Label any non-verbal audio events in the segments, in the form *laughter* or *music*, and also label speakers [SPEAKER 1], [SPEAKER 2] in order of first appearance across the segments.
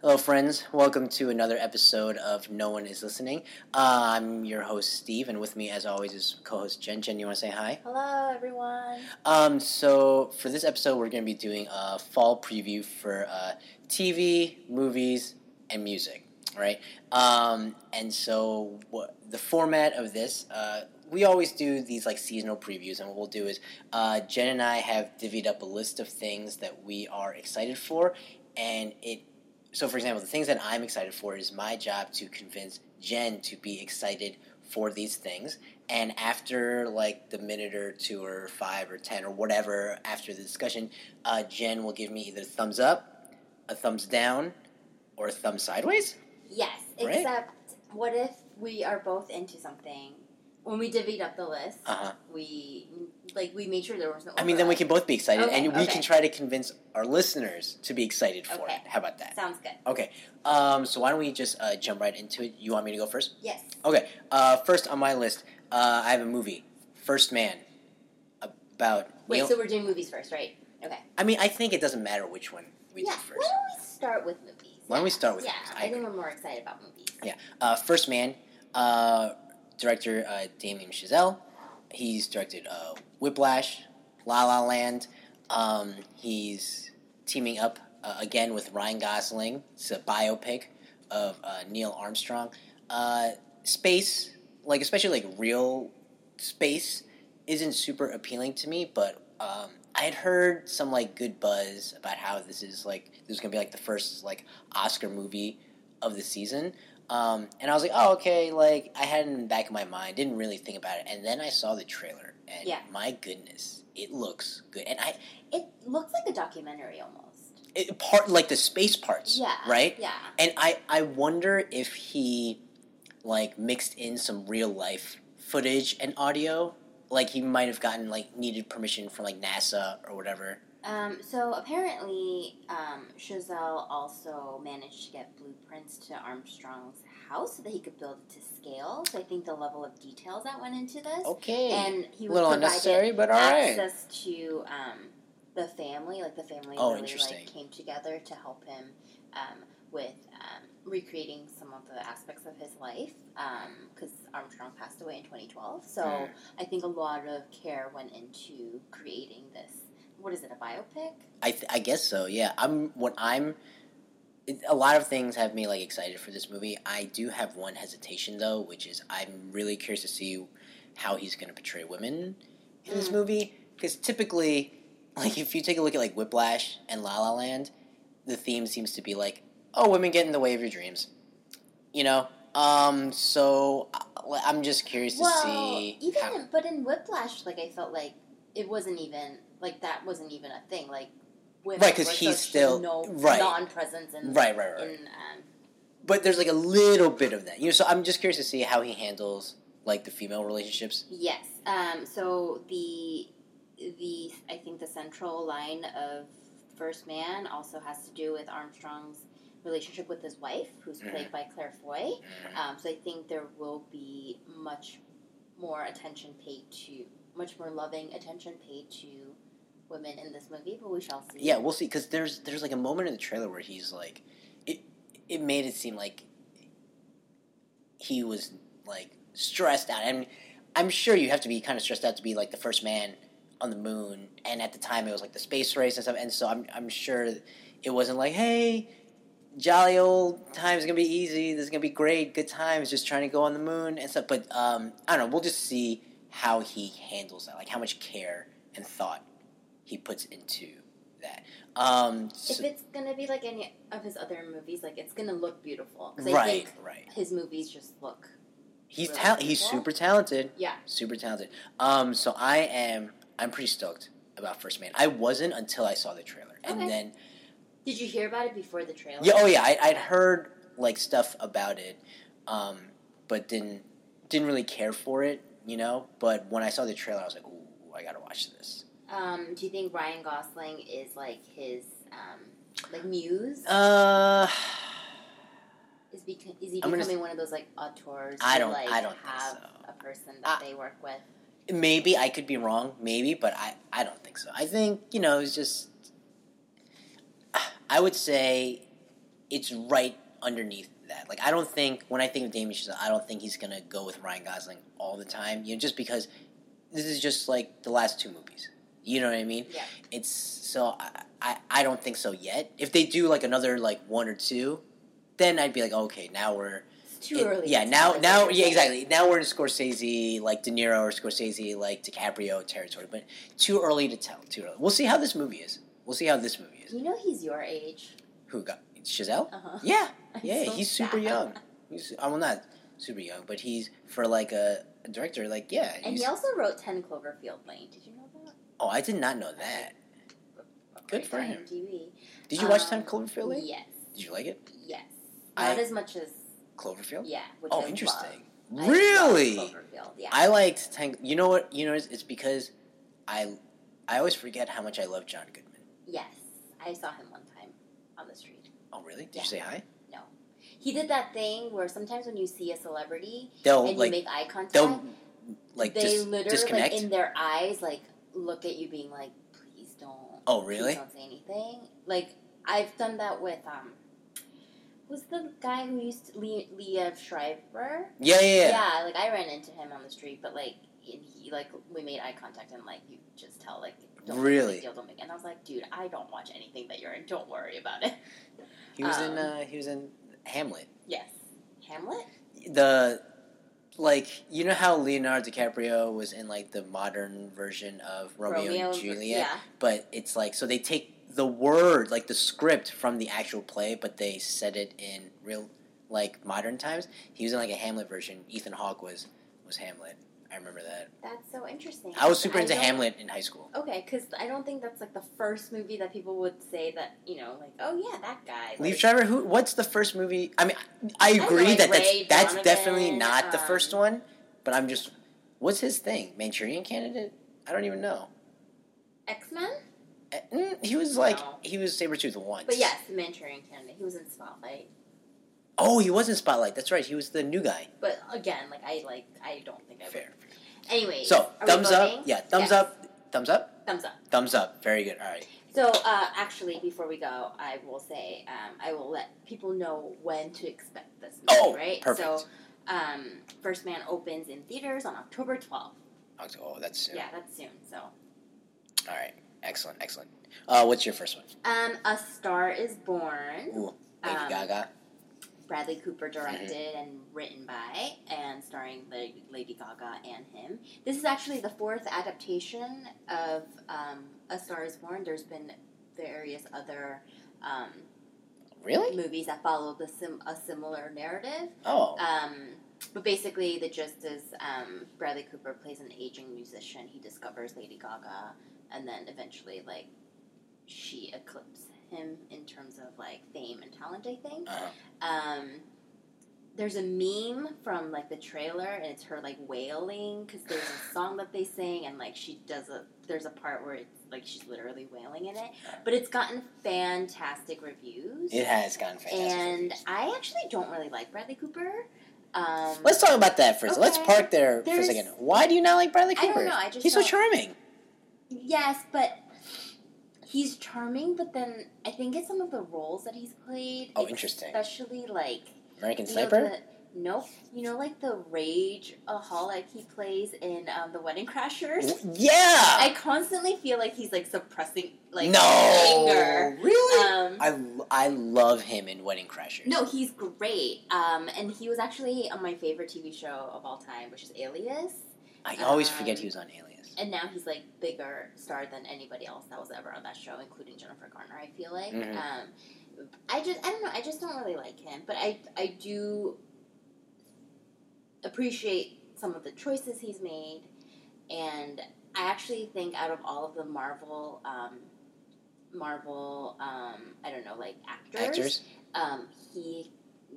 [SPEAKER 1] Hello, friends. Welcome to another episode of No One Is Listening. Uh, I'm your host, Steve, and with me, as always, is co host Jen. Jen, you want to say hi?
[SPEAKER 2] Hello, everyone.
[SPEAKER 1] Um, so, for this episode, we're going to be doing a fall preview for uh, TV, movies, and music, right? Um, and so, what, the format of this, uh, we always do these like seasonal previews, and what we'll do is uh, Jen and I have divvied up a list of things that we are excited for, and it so for example the things that i'm excited for is my job to convince jen to be excited for these things and after like the minute or two or five or ten or whatever after the discussion uh, jen will give me either thumbs up a thumbs down or a thumb sideways
[SPEAKER 2] Yes,
[SPEAKER 1] Right?
[SPEAKER 2] except what if we are both into something? When we divvied up the list,
[SPEAKER 1] uh-huh
[SPEAKER 2] we like we made sure there was no.
[SPEAKER 1] i mean then we
[SPEAKER 2] overlap.
[SPEAKER 1] can both be excited
[SPEAKER 2] Okay,
[SPEAKER 1] and we
[SPEAKER 2] okay.
[SPEAKER 1] can try to convince our listeners to be excited for
[SPEAKER 2] Okay.
[SPEAKER 1] it how about that
[SPEAKER 2] Sounds good.
[SPEAKER 1] okay um, so why don't we just uh, jump right into it you want me to go first
[SPEAKER 2] Yes.
[SPEAKER 1] Okay, uh, first on my list, uh, I have a movie, First Man, about.
[SPEAKER 2] Wait,
[SPEAKER 1] Neil-
[SPEAKER 2] so we're doing movies first, right? Okay.
[SPEAKER 1] I mean, I think it doesn't matter which one we
[SPEAKER 2] yeah.
[SPEAKER 1] do
[SPEAKER 2] Why
[SPEAKER 1] first.
[SPEAKER 2] don't we start with movies?
[SPEAKER 1] Why don't we start with
[SPEAKER 2] yeah,
[SPEAKER 1] movies? I
[SPEAKER 2] I, think
[SPEAKER 1] agree.
[SPEAKER 2] we're more excited about movies.
[SPEAKER 1] Uh, First Man, uh, director uh, Damien Chazelle. He's directed uh, Whiplash, La La Land. Um, he's teaming up uh, again with Ryan Gosling. It's a biopic of uh, Neil Armstrong. Uh, space, like especially like real space, isn't super appealing to me, but. Um, I had heard some like good buzz about how this is like this is gonna be like the first like Oscar movie of the season, um, and I was like, oh, okay, like, I had it in the back of my mind, didn't really think about it. And then I saw the trailer, and
[SPEAKER 2] Yeah.
[SPEAKER 1] my goodness, it looks good. And I,
[SPEAKER 2] It looks like a documentary almost.
[SPEAKER 1] it, part, like, the space parts,
[SPEAKER 2] Yeah.
[SPEAKER 1] right?
[SPEAKER 2] Yeah.
[SPEAKER 1] And I, I wonder if he, like, mixed in some real life footage and audio. Like, he might have gotten, like, needed permission from, like, NASA or whatever.
[SPEAKER 2] Um, so apparently, um, Chazelle also managed to get blueprints to Armstrong's house so that he could build it to scale. So I think the level of details that went into this,
[SPEAKER 1] Okay.
[SPEAKER 2] and he
[SPEAKER 1] a
[SPEAKER 2] was
[SPEAKER 1] little
[SPEAKER 2] provided
[SPEAKER 1] unnecessary, but all right.
[SPEAKER 2] access to um, the family, like the family
[SPEAKER 1] Oh,
[SPEAKER 2] really
[SPEAKER 1] interesting.
[SPEAKER 2] like came together to help him um, with um, recreating some of the aspects of his life because Armstrong passed away in 2012. So.
[SPEAKER 1] Mm.
[SPEAKER 2] I think a lot of care went into creating this. What is it, a biopic?
[SPEAKER 1] I, th- I guess so. Yeah, I'm. What I'm. It, a lot of things have me like excited for this movie. I do have one hesitation though, which is I'm really curious to see how he's going to portray women in this
[SPEAKER 2] Mm.
[SPEAKER 1] movie because typically, like if you take a look at like Whiplash and La La Land, the theme seems to be like, oh, women get in the way of your dreams, you know. Um, so I- I'm just curious to see.
[SPEAKER 2] even
[SPEAKER 1] how-
[SPEAKER 2] in- but in Whiplash, like I felt like it wasn't even like that wasn't even a thing. Like women
[SPEAKER 1] Right, 'cause
[SPEAKER 2] were
[SPEAKER 1] he's
[SPEAKER 2] such
[SPEAKER 1] still-
[SPEAKER 2] no
[SPEAKER 1] right.
[SPEAKER 2] non-presence in
[SPEAKER 1] right, right, right.
[SPEAKER 2] in um,
[SPEAKER 1] but there's like a little bit of that you know so i'm just curious to see how he handles like the female relationships
[SPEAKER 2] yes. Um, so the the I think the central line of First Man also has to do with Armstrong's relationship with his wife, who's
[SPEAKER 1] Mm-hmm.
[SPEAKER 2] played by Claire Foy. Um, so I think there will be much more attention paid to, much more loving attention paid to women in this movie, but we shall see.
[SPEAKER 1] yeah we'll see because there's there's like a moment in the trailer where he's like it it made it seem like he was like stressed out and i'm sure you have to be kind of stressed out to be like the first man on the moon and at the time it was like the space race and stuff and so i'm, I'm sure it wasn't like hey jolly old times gonna be easy. This is gonna be great. Good times. Just trying to go on the moon and stuff. But um, I don't know. We'll just see how he handles that. Like how much care and thought he puts into that. Um,
[SPEAKER 2] If
[SPEAKER 1] so-
[SPEAKER 2] it's gonna be like any of his other movies, like it's gonna look beautiful. 'Cause I
[SPEAKER 1] right,
[SPEAKER 2] think
[SPEAKER 1] right.
[SPEAKER 2] his movies just look.
[SPEAKER 1] He's
[SPEAKER 2] really
[SPEAKER 1] ta- he's
[SPEAKER 2] beautiful.
[SPEAKER 1] super talented.
[SPEAKER 2] Yeah.
[SPEAKER 1] Super talented. Um, so I am. I'm pretty stoked about First Man. I wasn't until I saw the trailer, and
[SPEAKER 2] Okay.
[SPEAKER 1] then
[SPEAKER 2] Did you hear about it before the trailer?
[SPEAKER 1] Yeah. Oh yeah. I, I'd heard like stuff about it, um, but didn't didn't really care for it. You know. But when I saw the trailer, I was like, "Ooh, I gotta watch this."
[SPEAKER 2] Um, do you think Ryan Gosling is like his um, like muse?
[SPEAKER 1] Uh,
[SPEAKER 2] is beca- is he
[SPEAKER 1] I'm gonna
[SPEAKER 2] becoming one of those like auteurs?
[SPEAKER 1] I
[SPEAKER 2] who,
[SPEAKER 1] don't-
[SPEAKER 2] Like,
[SPEAKER 1] I don't think
[SPEAKER 2] have
[SPEAKER 1] so.
[SPEAKER 2] a person that
[SPEAKER 1] I-
[SPEAKER 2] they work with.
[SPEAKER 1] maybe I could be wrong. Maybe, but I I don't think so. I think you know it's just. I would say it's right underneath that. Like I don't think when I think of Damien Chazelle, I don't think he's gonna go with Ryan Gosling all the time. You know, just because this is just like the last two movies. You know what I mean?
[SPEAKER 2] Yeah.
[SPEAKER 1] It's so I, I I don't think so yet. If they do like another like one or two, then I'd be like, okay, now we're
[SPEAKER 2] It's too
[SPEAKER 1] it-
[SPEAKER 2] early.
[SPEAKER 1] Yeah,
[SPEAKER 2] to
[SPEAKER 1] now
[SPEAKER 2] tell us
[SPEAKER 1] now
[SPEAKER 2] what
[SPEAKER 1] yeah
[SPEAKER 2] you're saying.
[SPEAKER 1] exactly. Now we're in Scorsese like De Niro or Scorsese like DiCaprio territory, but too early to tell. Too early. We'll see how this movie is. We'll see how this movie is.
[SPEAKER 2] You know he's your age.
[SPEAKER 1] Who got Chazelle?
[SPEAKER 2] *laughs* Uh huh.
[SPEAKER 1] Yeah,
[SPEAKER 2] I'm
[SPEAKER 1] yeah,
[SPEAKER 2] so
[SPEAKER 1] he's super
[SPEAKER 2] sad.
[SPEAKER 1] young. He's I well not super young, but he's for like a, a director. Like yeah,
[SPEAKER 2] And
[SPEAKER 1] he's-
[SPEAKER 2] he also wrote Ten Cloverfield Lane. Did you know that?
[SPEAKER 1] oh I did not know that. Good
[SPEAKER 2] Right
[SPEAKER 1] for
[SPEAKER 2] on
[SPEAKER 1] him.
[SPEAKER 2] IMDb.
[SPEAKER 1] Did you watch
[SPEAKER 2] Um,
[SPEAKER 1] Ten Cloverfield? Lane?
[SPEAKER 2] Yes.
[SPEAKER 1] Did you like it?
[SPEAKER 2] Yes.
[SPEAKER 1] I-
[SPEAKER 2] Not as much as
[SPEAKER 1] Cloverfield.
[SPEAKER 2] yeah. Which I
[SPEAKER 1] oh,
[SPEAKER 2] love.
[SPEAKER 1] interesting.
[SPEAKER 2] I love
[SPEAKER 1] Really.
[SPEAKER 2] Cloverfield. Yeah.
[SPEAKER 1] I liked Tank. You know what? You know it's, it's because I I always forget how much I love John Goodman.
[SPEAKER 2] yes. I saw him one time on the street.
[SPEAKER 1] Oh really? Did
[SPEAKER 2] Yeah.
[SPEAKER 1] you say hi?
[SPEAKER 2] He did that thing where sometimes when you see a celebrity
[SPEAKER 1] They'll
[SPEAKER 2] and
[SPEAKER 1] Oh, like
[SPEAKER 2] you make eye contact,
[SPEAKER 1] they'll like
[SPEAKER 2] they
[SPEAKER 1] dis-
[SPEAKER 2] literally
[SPEAKER 1] disconnect.
[SPEAKER 2] like in their eyes like look at you being like, please don't.
[SPEAKER 1] oh
[SPEAKER 2] Please
[SPEAKER 1] really?
[SPEAKER 2] don't say anything. Like I've done that with um, was the guy who used to, Le- Leah Shriver?
[SPEAKER 1] Yeah, yeah, yeah.
[SPEAKER 2] like I ran into him on the street, but like and he like we made eye contact and like you just tell like don't make a big
[SPEAKER 1] Really?
[SPEAKER 2] deal, don't make. And I was like, dude, I don't watch anything that you're in. Don't worry about it. *laughs*
[SPEAKER 1] He was in
[SPEAKER 2] um,
[SPEAKER 1] uh, he was in Hamlet.
[SPEAKER 2] Yes, Hamlet.
[SPEAKER 1] the like you know how Leonardo DiCaprio was in like the modern version of Romeo, and Juliet,
[SPEAKER 2] Yeah,
[SPEAKER 1] but it's like so they take the word like the script from the actual play, but they said it in real like modern times. He was in like a Hamlet version. Ethan Hawke was was Hamlet. I remember that.
[SPEAKER 2] that's so interesting.
[SPEAKER 1] I was super into
[SPEAKER 2] don't-
[SPEAKER 1] Hamlet in high school.
[SPEAKER 2] Okay, because I don't think that's like the first movie that people would say that you know, like, oh yeah, that guy.
[SPEAKER 1] Leaf
[SPEAKER 2] like-
[SPEAKER 1] Driver. Who? What's the first movie? I mean, I
[SPEAKER 2] know,
[SPEAKER 1] agree
[SPEAKER 2] like
[SPEAKER 1] that
[SPEAKER 2] Ray
[SPEAKER 1] that's that's
[SPEAKER 2] Donovan,
[SPEAKER 1] definitely not the
[SPEAKER 2] um,
[SPEAKER 1] first one, but I'm just, what's his thing? Manchurian Candidate? I don't even know.
[SPEAKER 2] X Men.
[SPEAKER 1] Eh, mm, He was like
[SPEAKER 2] No.
[SPEAKER 1] he was Sabretooth once.
[SPEAKER 2] But yes, the Manchurian Candidate. He was in Spotlight.
[SPEAKER 1] Oh, he was in Spotlight. That's right. He was the new guy.
[SPEAKER 2] But again, like I like I don't think I would.
[SPEAKER 1] Fair.
[SPEAKER 2] Anyway,
[SPEAKER 1] So
[SPEAKER 2] are we
[SPEAKER 1] thumbs up.
[SPEAKER 2] voting?
[SPEAKER 1] Yeah, thumbs
[SPEAKER 2] Yes.
[SPEAKER 1] up. Thumbs up.
[SPEAKER 2] Thumbs up.
[SPEAKER 1] Thumbs up. Very good. All right.
[SPEAKER 2] So uh, actually, before we go, I will say um, I will let people know when to expect this movie.
[SPEAKER 1] Oh,
[SPEAKER 2] right.
[SPEAKER 1] perfect.
[SPEAKER 2] So um, First Man opens in theaters on October twelfth.
[SPEAKER 1] Oct- Oh, that's soon.
[SPEAKER 2] Yeah, that's soon. So
[SPEAKER 1] All right. Excellent. Excellent. Uh, what's your first one?
[SPEAKER 2] um, A Star Is Born.
[SPEAKER 1] Ooh, Lady
[SPEAKER 2] Um,
[SPEAKER 1] Gaga. Mm-hmm.
[SPEAKER 2] Bradley Cooper directed and written by, and starring La- Lady Gaga and him. This is actually the fourth adaptation of um, A Star Is Born. There's been various other um,
[SPEAKER 1] Really?
[SPEAKER 2] movies that follow the sim- a similar narrative.
[SPEAKER 1] Oh.
[SPEAKER 2] Um, but basically, the gist is um, Bradley Cooper plays an aging musician. He discovers Lady Gaga, and then eventually, like, she eclipses him in terms of like fame and talent. I think
[SPEAKER 1] Uh-huh.
[SPEAKER 2] um, there's a meme from like the trailer, and it's her like wailing because there's a song that they sing, and like she does a there's a part where it's like she's literally wailing in it, but it's gotten fantastic reviews,
[SPEAKER 1] It has gone fantastic.
[SPEAKER 2] and I actually don't really like Bradley Cooper. Um,
[SPEAKER 1] Let's talk about that first. Let's
[SPEAKER 2] Okay.
[SPEAKER 1] park there
[SPEAKER 2] There's-
[SPEAKER 1] for a second. Why do you not like Bradley
[SPEAKER 2] I
[SPEAKER 1] Cooper?
[SPEAKER 2] don't know, I just
[SPEAKER 1] he's so
[SPEAKER 2] don't-
[SPEAKER 1] charming.
[SPEAKER 2] yes, but. He's charming, but then I think it's some of the roles that he's played,
[SPEAKER 1] Oh, interesting.
[SPEAKER 2] especially like
[SPEAKER 1] American
[SPEAKER 2] You know,
[SPEAKER 1] Sniper.
[SPEAKER 2] the- nope. You know, like the rageaholic he plays in um, The Wedding Crashers.
[SPEAKER 1] W- yeah.
[SPEAKER 2] I constantly feel like he's like suppressing like
[SPEAKER 1] no.
[SPEAKER 2] anger.
[SPEAKER 1] Really?
[SPEAKER 2] Um,
[SPEAKER 1] I l- I love him in Wedding Crashers.
[SPEAKER 2] no, he's great. Um, and he was actually on my favorite TV show of all time, which is Alias.
[SPEAKER 1] I always
[SPEAKER 2] um,
[SPEAKER 1] forget he was on Alias.
[SPEAKER 2] And now he's like bigger star than anybody else that was ever on that show, including Jennifer Garner. I feel like.
[SPEAKER 1] Mhm.
[SPEAKER 2] Um, I just I don't know. I just don't really like him, but I I do appreciate some of the choices he's made, and I actually think out of all of the Marvel. Um, Marvel, um, I don't know, like
[SPEAKER 1] Actors.
[SPEAKER 2] um, he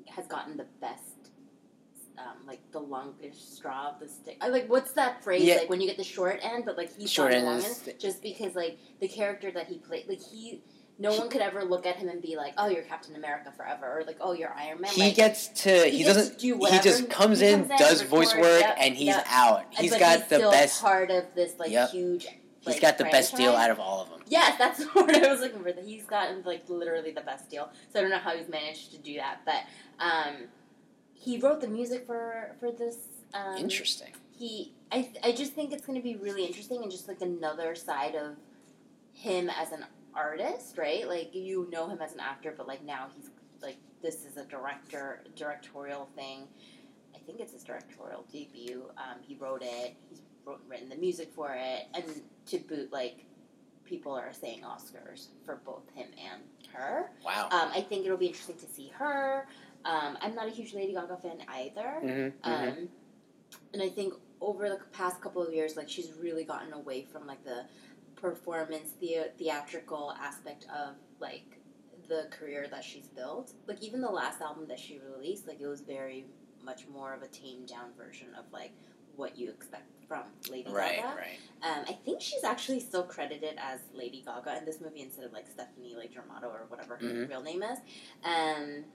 [SPEAKER 2] has gotten the best, um, like the longest straw of the stick. I, like what's that phrase?
[SPEAKER 1] Yeah.
[SPEAKER 2] Like when you get the short end, but like he's
[SPEAKER 1] Short
[SPEAKER 2] short
[SPEAKER 1] end
[SPEAKER 2] long
[SPEAKER 1] is
[SPEAKER 2] end,
[SPEAKER 1] the-
[SPEAKER 2] just because like the character that he played, like he. No
[SPEAKER 1] He-
[SPEAKER 2] one could ever look at him and be like, "Oh, you're Captain America forever," or like, "Oh, you're Iron Man."
[SPEAKER 1] He
[SPEAKER 2] like,
[SPEAKER 1] gets to. He,
[SPEAKER 2] gets to
[SPEAKER 1] doesn't.
[SPEAKER 2] do
[SPEAKER 1] he
[SPEAKER 2] whatever
[SPEAKER 1] just comes
[SPEAKER 2] he
[SPEAKER 1] in, does voice
[SPEAKER 2] records,
[SPEAKER 1] work,
[SPEAKER 2] yep,
[SPEAKER 1] and he's
[SPEAKER 2] yep.
[SPEAKER 1] out.
[SPEAKER 2] And-
[SPEAKER 1] He's
[SPEAKER 2] but
[SPEAKER 1] got
[SPEAKER 2] he's
[SPEAKER 1] the
[SPEAKER 2] still
[SPEAKER 1] best.
[SPEAKER 2] part of this like
[SPEAKER 1] Yep.
[SPEAKER 2] huge
[SPEAKER 1] He's
[SPEAKER 2] like,
[SPEAKER 1] got the best deal
[SPEAKER 2] franchise.
[SPEAKER 1] out of all of them.
[SPEAKER 2] Yes, that's *laughs* the word I was looking for. He's gotten like literally the best deal. So I don't know how he's managed to do that, but um, he wrote the music for for this. Um,
[SPEAKER 1] Interesting.
[SPEAKER 2] He, I, I just think it's going to be really interesting and just like another side of him as an artist, right? Like you know him as an actor, but like now he's like this is a director directorial thing. I think it's his directorial debut. Um, he wrote it. He's wrote, written the music for it, and to boot, like people are saying Oscars for both him and her.
[SPEAKER 1] Wow.
[SPEAKER 2] Um, I think it'll be interesting to see her. Um, I'm not a huge Lady Gaga fan either.
[SPEAKER 1] mm-hmm,
[SPEAKER 2] Um, and I think over the past couple of years, like she's really gotten away from like the performance, the theatrical aspect of like the career that she's built. Like even the last album that she released, like it was very much more of a tamed down version of like what you expect from Lady
[SPEAKER 1] Right.
[SPEAKER 2] Gaga.
[SPEAKER 1] Right.
[SPEAKER 2] Um, I think she's actually still credited as Lady Gaga in this movie instead of like Stephanie like Germato or whatever her
[SPEAKER 1] Mhm.
[SPEAKER 2] real name is. Um,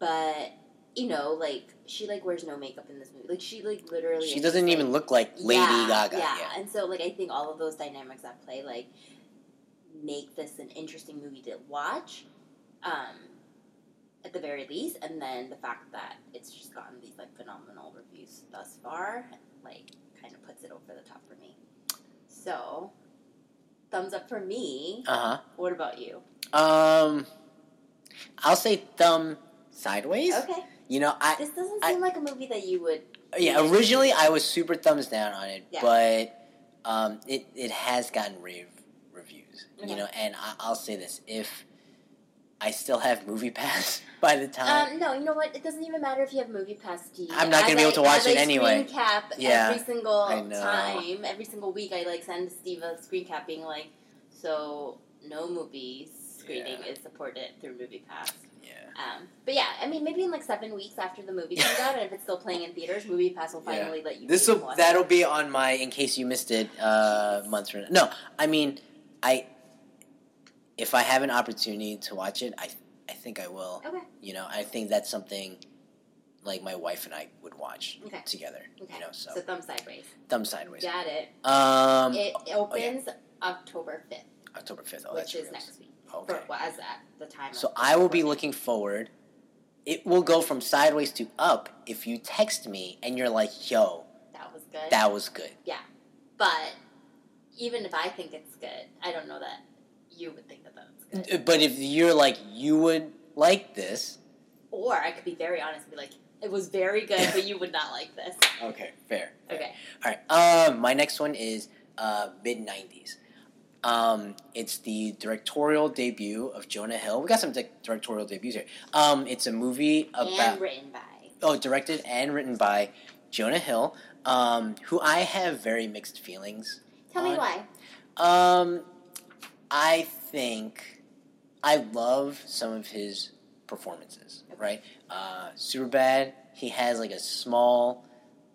[SPEAKER 2] but you know, like she like wears no makeup in this movie. Like she like literally
[SPEAKER 1] She
[SPEAKER 2] is
[SPEAKER 1] doesn't
[SPEAKER 2] just,
[SPEAKER 1] even
[SPEAKER 2] like-
[SPEAKER 1] look like Lady
[SPEAKER 2] Yeah,
[SPEAKER 1] Gaga.
[SPEAKER 2] Yeah.
[SPEAKER 1] yet.
[SPEAKER 2] and so like I think all of those dynamics at play like make this an interesting movie to watch. Um, at the very least, and then the fact that it's just gotten these like phenomenal reviews thus far, like kind of puts it over the top for me. So, thumbs up for me.
[SPEAKER 1] Uh
[SPEAKER 2] What about you?
[SPEAKER 1] huh. Um, I'll say thumb sideways.
[SPEAKER 2] Okay,
[SPEAKER 1] You know, I
[SPEAKER 2] this doesn't
[SPEAKER 1] I-
[SPEAKER 2] seem like a movie that you would.
[SPEAKER 1] Yeah, originally I was super thumbs down on it,
[SPEAKER 2] Yeah.
[SPEAKER 1] but um, it it has gotten rave reviews.
[SPEAKER 2] Okay.
[SPEAKER 1] You know, and I, I'll say this: if I still have Movie Pass *laughs* by the time,
[SPEAKER 2] Um, no, you know what? It doesn't even matter if you have movie pass. D.
[SPEAKER 1] Uh-huh. I'm not gonna be able to watch it anyway.
[SPEAKER 2] Screen cap
[SPEAKER 1] Yeah,
[SPEAKER 2] every single
[SPEAKER 1] I know.
[SPEAKER 2] time, every single week. I like send Steve a screen cap being like, so no movie screening
[SPEAKER 1] Yeah.
[SPEAKER 2] is supported through movie pass.
[SPEAKER 1] yeah,
[SPEAKER 2] Um, but yeah, I mean, maybe in like seven weeks after the movie comes out, and if it's still playing in theaters, Movie Pass will
[SPEAKER 1] Yeah.
[SPEAKER 2] finally let you.
[SPEAKER 1] this
[SPEAKER 2] even
[SPEAKER 1] will
[SPEAKER 2] watch
[SPEAKER 1] that'll
[SPEAKER 2] it.
[SPEAKER 1] be on my in case you missed it uh, months from no. I mean, I if I have an opportunity to watch it, I I think I will.
[SPEAKER 2] Okay.
[SPEAKER 1] You know, I think that's something like my wife and I would watch
[SPEAKER 2] Okay.
[SPEAKER 1] together.
[SPEAKER 2] Okay.
[SPEAKER 1] You know, so,
[SPEAKER 2] So thumb sideways.
[SPEAKER 1] thumb sideways.
[SPEAKER 2] Got it.
[SPEAKER 1] Um,
[SPEAKER 2] It opens October fifth,
[SPEAKER 1] October fifth. Oh,
[SPEAKER 2] which
[SPEAKER 1] that's
[SPEAKER 2] is
[SPEAKER 1] real.
[SPEAKER 2] next week.
[SPEAKER 1] Okay.
[SPEAKER 2] For, well, as at the time.
[SPEAKER 1] So
[SPEAKER 2] of
[SPEAKER 1] I will be
[SPEAKER 2] recording.
[SPEAKER 1] looking forward. It will go from sideways to up if you text me and you're like, "Yo,
[SPEAKER 2] That was good.
[SPEAKER 1] that was good."
[SPEAKER 2] but even if I think it's good, I don't know that you would think that that's good.
[SPEAKER 1] But if you're like, "You would like this,"
[SPEAKER 2] Or I could be very honest and be like, it was very good, but you would not like this.
[SPEAKER 1] *laughs* okay, fair.
[SPEAKER 2] Okay.
[SPEAKER 1] All right. Um, my next one is uh, mid '90s. Um, it's the directorial debut of Jonah Hill. We got some di- directorial debuts here. Um, it's a movie about
[SPEAKER 2] and written by.
[SPEAKER 1] oh, directed and written by Jonah Hill, um, who I have very mixed feelings
[SPEAKER 2] Tell me
[SPEAKER 1] on-
[SPEAKER 2] why.
[SPEAKER 1] Um, I think I love some of his performances. Right, uh, Superbad. He has like a small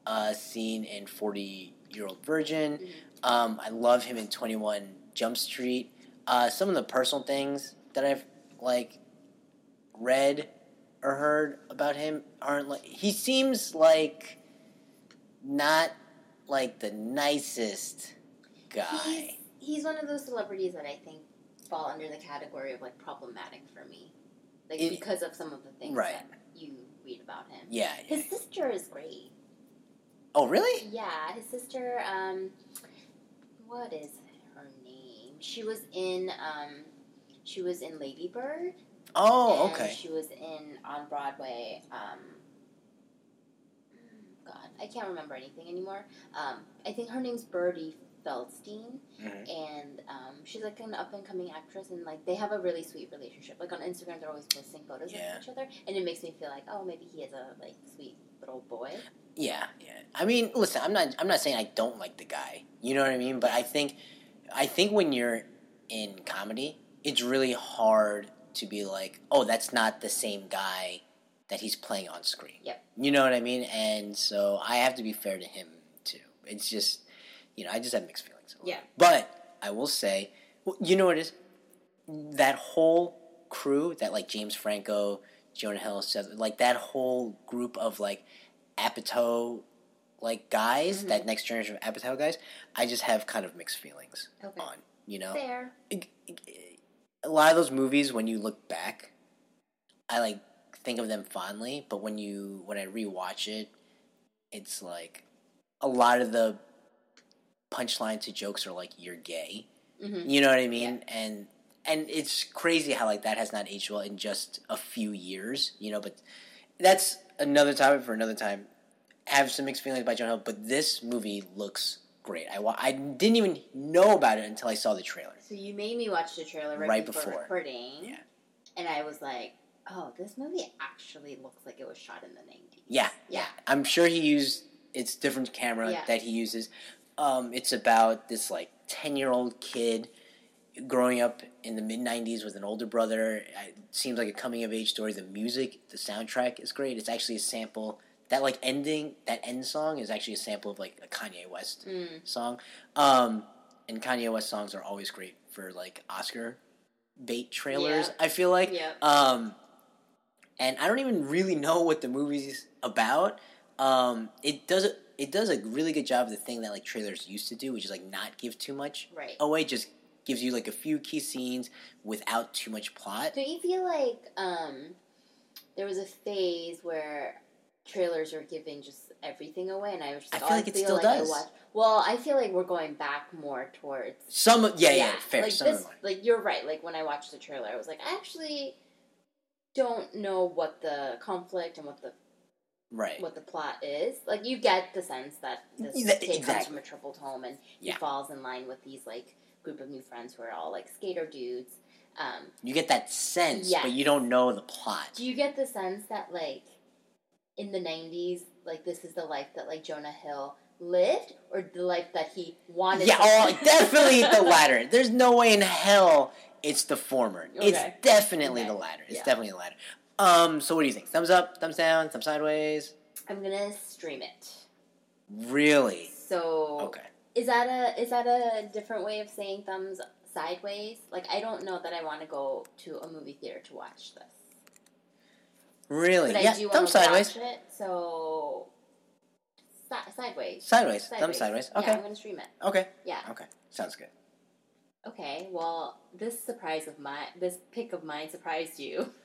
[SPEAKER 1] uh, scene in Forty Year Old Virgin. Um, I love him in Twenty One Jump Street. Uh, some of the personal things that I've like read or heard about him aren't like he seems like not like the nicest guy.
[SPEAKER 2] He's, he's one of those celebrities that I think fall under the category of like problematic for me, like
[SPEAKER 1] It-
[SPEAKER 2] because of some of the things
[SPEAKER 1] Right.
[SPEAKER 2] that you read about him.
[SPEAKER 1] Yeah. yeah.
[SPEAKER 2] His sister is great.
[SPEAKER 1] Oh, really?
[SPEAKER 2] Yeah, his sister. Um, what is her name? She was in. Um, she was in Lady Bird.
[SPEAKER 1] Oh,
[SPEAKER 2] and
[SPEAKER 1] okay.
[SPEAKER 2] She was in on Broadway. Um, God, I can't remember anything anymore. Um, I think her name's Birdie Feldstein,
[SPEAKER 1] Mhm.
[SPEAKER 2] and um, she's like an up and coming actress, and like they have a really sweet relationship. Like on Instagram, they're always posting photos
[SPEAKER 1] Yeah.
[SPEAKER 2] of each other, and it makes me feel like, oh, maybe he is a like sweet little boy.
[SPEAKER 1] Yeah, yeah. I mean, listen, I'm not. I'm not saying I don't like the guy. You know what I mean? But I think, I think when you're in comedy, it's really hard to be like, oh, that's not the same guy that he's playing on screen.
[SPEAKER 2] Yep.
[SPEAKER 1] You know what I mean? And so I have to be fair to him too. It's just, you know, I just have mixed feelings.
[SPEAKER 2] Yeah.
[SPEAKER 1] But I will say, well, you know what it is? That whole crew, that like James Franco, Jonah Hill, Seth, like that whole group of like Apatow like guys,
[SPEAKER 2] Mhm.
[SPEAKER 1] that next generation of Apatow guys, I just have kind of mixed feelings
[SPEAKER 2] Okay.
[SPEAKER 1] on. You know,
[SPEAKER 2] Fair.
[SPEAKER 1] a lot of those movies when you look back i like think of them fondly but when you when i rewatch it it's like a lot of the punchline to jokes are like you're gay
[SPEAKER 2] Mm-hmm.
[SPEAKER 1] you know what i mean and and it's crazy how like that has not aged well in just a few years you know but that's another topic for another time have some mixed feelings about john hill but this movie looks great i wa- i didn't even know about it until i saw the trailer
[SPEAKER 2] So you made me watch the trailer right,
[SPEAKER 1] Right
[SPEAKER 2] before,
[SPEAKER 1] before.
[SPEAKER 2] recording.
[SPEAKER 1] Yeah.
[SPEAKER 2] And I was like, oh, this movie actually looks like it was shot in the 90s.
[SPEAKER 1] Yeah,
[SPEAKER 2] Yeah.
[SPEAKER 1] I'm sure he used it's different camera
[SPEAKER 2] Yeah.
[SPEAKER 1] that he uses. Um, it's about this like ten year old kid growing up in the mid '90s with an older brother. It seems like a coming of age story. The music, the soundtrack is great. It's actually a sample that like ending that end song is actually a sample of like a Kanye West
[SPEAKER 2] Mm.
[SPEAKER 1] song. Um, and Kanye West songs are always great for like Oscar bait trailers.
[SPEAKER 2] Yeah.
[SPEAKER 1] I feel like.
[SPEAKER 2] Yeah.
[SPEAKER 1] Um, and I don't even really know what the movie's about. Um, it does it does a really good job of the thing that like trailers used to do, which is like not give too much
[SPEAKER 2] Right.
[SPEAKER 1] away. Just gives you like a few key scenes without too much plot.
[SPEAKER 2] Don't you feel like um, there was a phase where trailers were giving just everything away, and I was just
[SPEAKER 1] I
[SPEAKER 2] like,
[SPEAKER 1] feel
[SPEAKER 2] oh,
[SPEAKER 1] like
[SPEAKER 2] I
[SPEAKER 1] it
[SPEAKER 2] feel
[SPEAKER 1] still
[SPEAKER 2] like
[SPEAKER 1] does.
[SPEAKER 2] I watch. Well, I feel like we're going back more towards.
[SPEAKER 1] Some of- yeah yeah, fair
[SPEAKER 2] Like
[SPEAKER 1] some of
[SPEAKER 2] this-
[SPEAKER 1] them.
[SPEAKER 2] like you're right. Like when I watched the trailer, I was like, I actually don't know what the conflict and what the
[SPEAKER 1] right
[SPEAKER 2] what the plot is. Like you get the sense that this
[SPEAKER 1] Yeah,
[SPEAKER 2] kid comes
[SPEAKER 1] exactly.
[SPEAKER 2] from a troubled home and
[SPEAKER 1] Yeah.
[SPEAKER 2] he falls in line with these like group of new friends who are all like skater dudes. Um,
[SPEAKER 1] you get that sense
[SPEAKER 2] Yes.
[SPEAKER 1] but you don't know the plot
[SPEAKER 2] Do you get the sense that like in the nineties, like this is the life that like Jonah Hill lived, or the life that he wanted?
[SPEAKER 1] yeah
[SPEAKER 2] to
[SPEAKER 1] oh definitely
[SPEAKER 2] *laughs*
[SPEAKER 1] the latter there's no way in hell it's the former
[SPEAKER 2] Okay.
[SPEAKER 1] it's definitely
[SPEAKER 2] Okay.
[SPEAKER 1] the latter it's
[SPEAKER 2] Yeah.
[SPEAKER 1] definitely the latter um so what do you think thumbs up thumbs down thumbs sideways
[SPEAKER 2] I'm gonna stream it.
[SPEAKER 1] Really?
[SPEAKER 2] So
[SPEAKER 1] Okay.
[SPEAKER 2] is that a is that a different way of saying thumbs sideways? Like I don't know that I want to go to a movie theater to watch this,
[SPEAKER 1] Really?
[SPEAKER 2] but
[SPEAKER 1] yeah.
[SPEAKER 2] I do want
[SPEAKER 1] Thumbs
[SPEAKER 2] to
[SPEAKER 1] sideways.
[SPEAKER 2] watch it. So si- sideways.
[SPEAKER 1] Sideways. Thumbs sideways.
[SPEAKER 2] Yeah,
[SPEAKER 1] Okay.
[SPEAKER 2] I'm gonna stream it.
[SPEAKER 1] Okay.
[SPEAKER 2] Yeah.
[SPEAKER 1] Okay. Sounds good.
[SPEAKER 2] Okay, well, this surprise of mine, this pick of mine surprised you. *laughs*